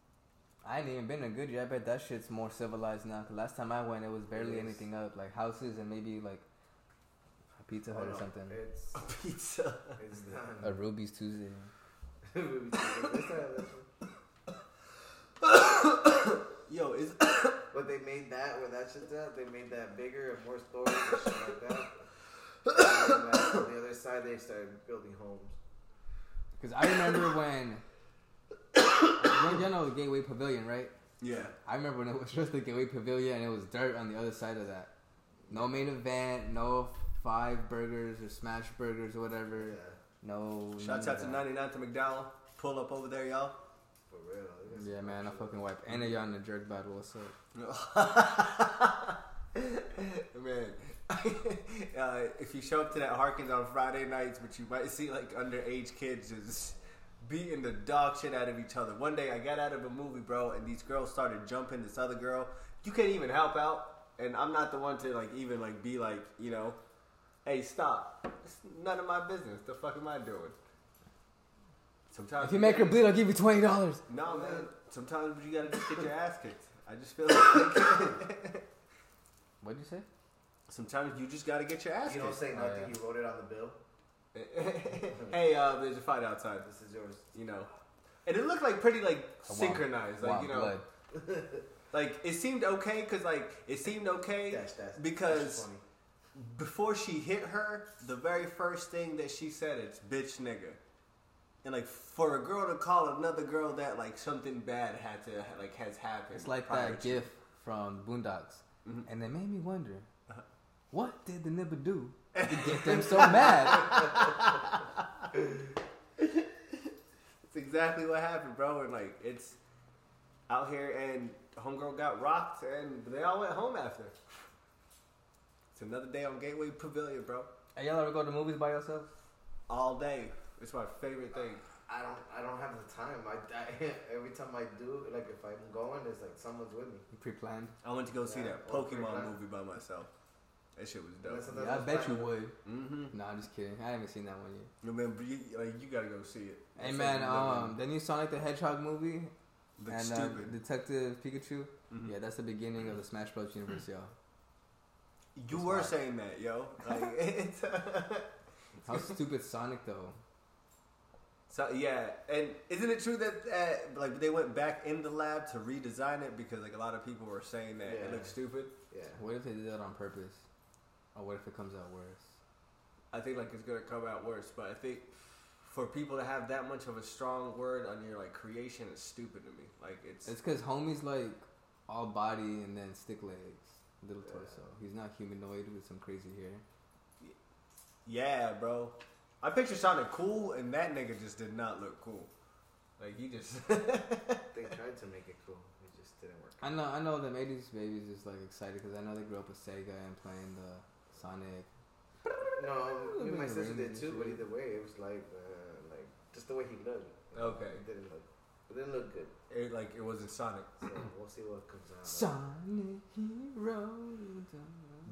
Speaker 3: I ain't even been a good year. I bet that shit's more civilized now. 'cause last time I went, it was barely
Speaker 4: Yes.
Speaker 3: anything up, like houses and maybe like a Pizza Hut
Speaker 4: Oh,
Speaker 3: or
Speaker 4: no,
Speaker 3: something.
Speaker 4: It's
Speaker 2: Pizza.
Speaker 4: it's
Speaker 3: A
Speaker 4: done.
Speaker 3: Ruby's Tuesday.
Speaker 2: Yo, is
Speaker 4: but they made that where that shit's at. They made that bigger and more stores and shit like that. And then, uh, on the other side, they started building homes.
Speaker 3: Because I remember when. you y'all know the Gateway Pavilion, right?
Speaker 2: yeah.
Speaker 3: I remember when it was just the Gateway Pavilion and it was dirt on the other side of that. No main event, no five burgers or smash burgers or whatever.
Speaker 4: Yeah,
Speaker 3: No.
Speaker 2: Shouts
Speaker 3: none
Speaker 2: out
Speaker 3: of
Speaker 2: to 99
Speaker 3: that.
Speaker 2: to McDowell. Pull up over there, y'all.
Speaker 4: for real. They got
Speaker 3: Yeah,
Speaker 4: some
Speaker 3: man, I
Speaker 4: shit.
Speaker 3: fucking wipe. And y'all in the jerk battle. What's up?
Speaker 2: man, uh, if you show up to that Harkins on Friday nights, but you might see like underage kids just beating the dog shit out of each other. One day I got out of a movie, bro, and these girls started jumping this other girl. You can't even help out, and I'm not the one to like even like be like you know, hey stop. It's none of my business. The fuck am I doing? Sometimes
Speaker 3: If you make her bleed, I'll give you twenty dollars.
Speaker 2: no, man. Sometimes you gotta just get your ass kicked. I just feel like
Speaker 3: What'd you say?
Speaker 2: sometimes you just gotta get your ass
Speaker 4: You don't
Speaker 2: kicked.
Speaker 4: say
Speaker 3: Oh,
Speaker 4: nothing.
Speaker 3: yeah.
Speaker 4: You wrote it on the bill.
Speaker 2: hey, uh, there's a fight outside.
Speaker 4: This is yours.
Speaker 2: You know, and it looked like pretty like
Speaker 3: Wild-
Speaker 2: synchronized, like
Speaker 3: wild
Speaker 2: you know,
Speaker 3: blood.
Speaker 2: like it seemed okay because like it seemed okay
Speaker 4: That's- that's- that's
Speaker 2: because
Speaker 4: funny.
Speaker 2: before she hit her, the very first thing that she said is "bitch, nigga," and like for a girl to call another girl that like something bad had to like has happened.
Speaker 3: It's like
Speaker 2: prior
Speaker 3: that
Speaker 2: to-
Speaker 3: gif from Boondocks.
Speaker 2: Mm-hmm.
Speaker 3: And it made me wonder,
Speaker 2: Uh-huh.
Speaker 3: what did the nibba do to get them so mad?
Speaker 2: It's exactly what happened, bro. And like it's out here, and homegirl got rocked, and they all went home after. It's another day on Gateway Pavilion, bro.
Speaker 3: Are y'all ever go to movies by yourself?
Speaker 2: All day. It's my favorite thing.
Speaker 4: I don't. I don't have the time. I, I every time I do, like if I'm going, it's like someone's with me.
Speaker 3: You pre-planned?
Speaker 2: I went to go see
Speaker 4: Yeah,
Speaker 2: that
Speaker 4: all three
Speaker 2: Pokemon
Speaker 4: times.
Speaker 2: movie by myself. That shit was dope.
Speaker 4: That's
Speaker 3: Yeah, I bet you
Speaker 4: plan.
Speaker 3: would.
Speaker 2: Mm-hmm.
Speaker 3: No, I'm just kidding. I haven't seen that one yet.
Speaker 2: No, man, but you, like, you gotta go see it.
Speaker 3: Hey
Speaker 2: It's
Speaker 3: man,
Speaker 2: like,
Speaker 3: um, the new Sonic the Hedgehog movie
Speaker 2: looks
Speaker 3: and uh,
Speaker 2: stupid. Mm-hmm.
Speaker 3: Detective Pikachu. Yeah, that's the beginning of the Smash Bros. universe, y'all.
Speaker 2: you were saying that, yo. Like, it's,
Speaker 3: How stupid Sonic though.
Speaker 2: so yeah, and isn't it true that uh, like they went back in the lab to redesign it because like a lot of people were saying that
Speaker 4: Yeah.
Speaker 2: it looks stupid.
Speaker 4: Yeah.
Speaker 3: What if they did that on purpose? Or what if it comes out worse?
Speaker 2: I think like it's gonna come out worse, but I think for people to have that much of a strong word on your like creation is stupid to me. Like it's
Speaker 3: It's because homie's like all body and then stick legs, little torso. He's not humanoid with some crazy hair.
Speaker 2: Yeah, bro. I picture Sonic cool, and that nigga just did not look cool. Like he just
Speaker 4: They tried to make it cool. It just didn't work.
Speaker 3: I know, I know them '80s babies is like excited because I know they grew up with Sega and playing the Sonic.
Speaker 4: No, me and my
Speaker 3: Been
Speaker 4: sister
Speaker 3: raining
Speaker 4: did too. But
Speaker 3: shit.
Speaker 4: either way, it was like, uh, like just the way he looked. you know,
Speaker 2: Okay.
Speaker 4: It didn't look. It didn't look good.
Speaker 2: it, like it wasn't Sonic.
Speaker 4: So we'll see what comes
Speaker 3: uh,
Speaker 4: out.
Speaker 3: Sonic Hero.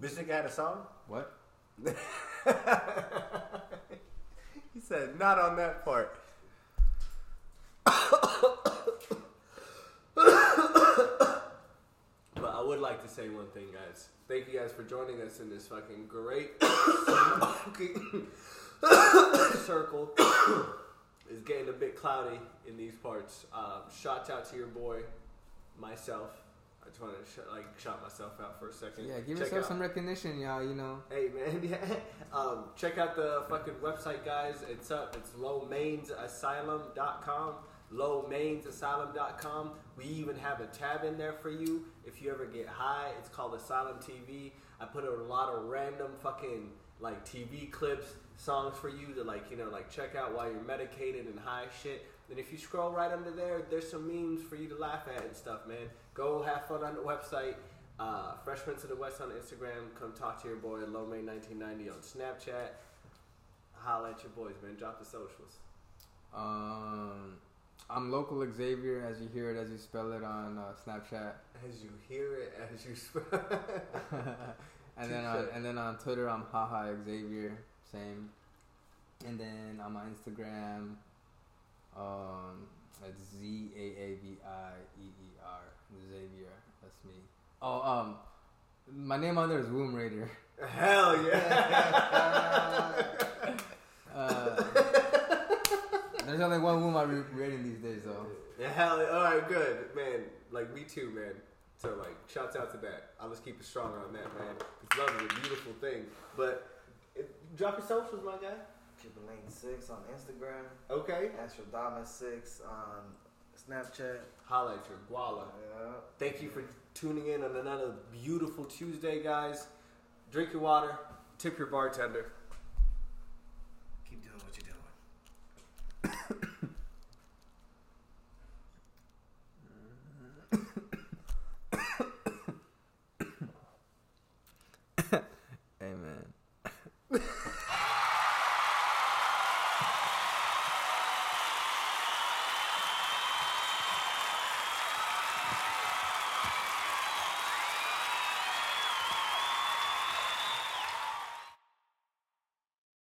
Speaker 2: Bitch nigga had a song.
Speaker 3: What?
Speaker 2: He said not on that part. but I would like to say one thing, guys. Thank you guys for joining us in this fucking great smoking circle. It's getting a bit cloudy in these parts. Um, shout out to your boy, myself. I just want to sh- like shout myself out for a second.
Speaker 3: Yeah, give
Speaker 2: Check
Speaker 3: yourself
Speaker 2: out-
Speaker 3: some recognition, y'all. You know,
Speaker 2: Hey man, yeah. Um, check out the fucking website, guys. It's up. It's lowmainsasylum.com. Lowmainsasylum.com. We even have a tab in there for you if you ever get high. It's called Asylum TV. I put a lot of random fucking like TV clips, songs for you to like you know like check out while you're medicated and high shit. And if you scroll right under there, there's some memes for you to laugh at and stuff, man. Go have fun on the website. Uh, Fresh Prince of the West on Instagram. Come talk to your boy Lomay1990 on Snapchat. Holla at your boys, man. Drop the socials.
Speaker 3: um, I'm local Xavier, as you hear it, as you spell it on uh, Snapchat,
Speaker 2: As you hear it, as you swear.
Speaker 3: and then on, and then on Twitter, I'm haha Xavier, same. And then on my Instagram, um, it's Z A A V I E E R Xavier. That's me. Oh, um, my name on there is Womb Raider.
Speaker 2: Hell yeah.
Speaker 3: Uh, there's only one womb I'm re- rating these days, though.
Speaker 2: Hell yeah. All right, good. Man, like, me too, man. So, like, shouts out to that. I'll just keep it strong on that, man. It's love is a beautiful thing. But it, drop your socials, my guy.
Speaker 4: Triple Lane Six on Instagram.
Speaker 2: Okay.
Speaker 4: Astro Diamond Six on Snapchat.
Speaker 2: Holla at your guala.
Speaker 4: Yeah.
Speaker 2: Thank you for tuning in on another beautiful Tuesday, guys. Drink your water, tip your bartender.
Speaker 4: Keep doing what you're doing.
Speaker 3: Amen.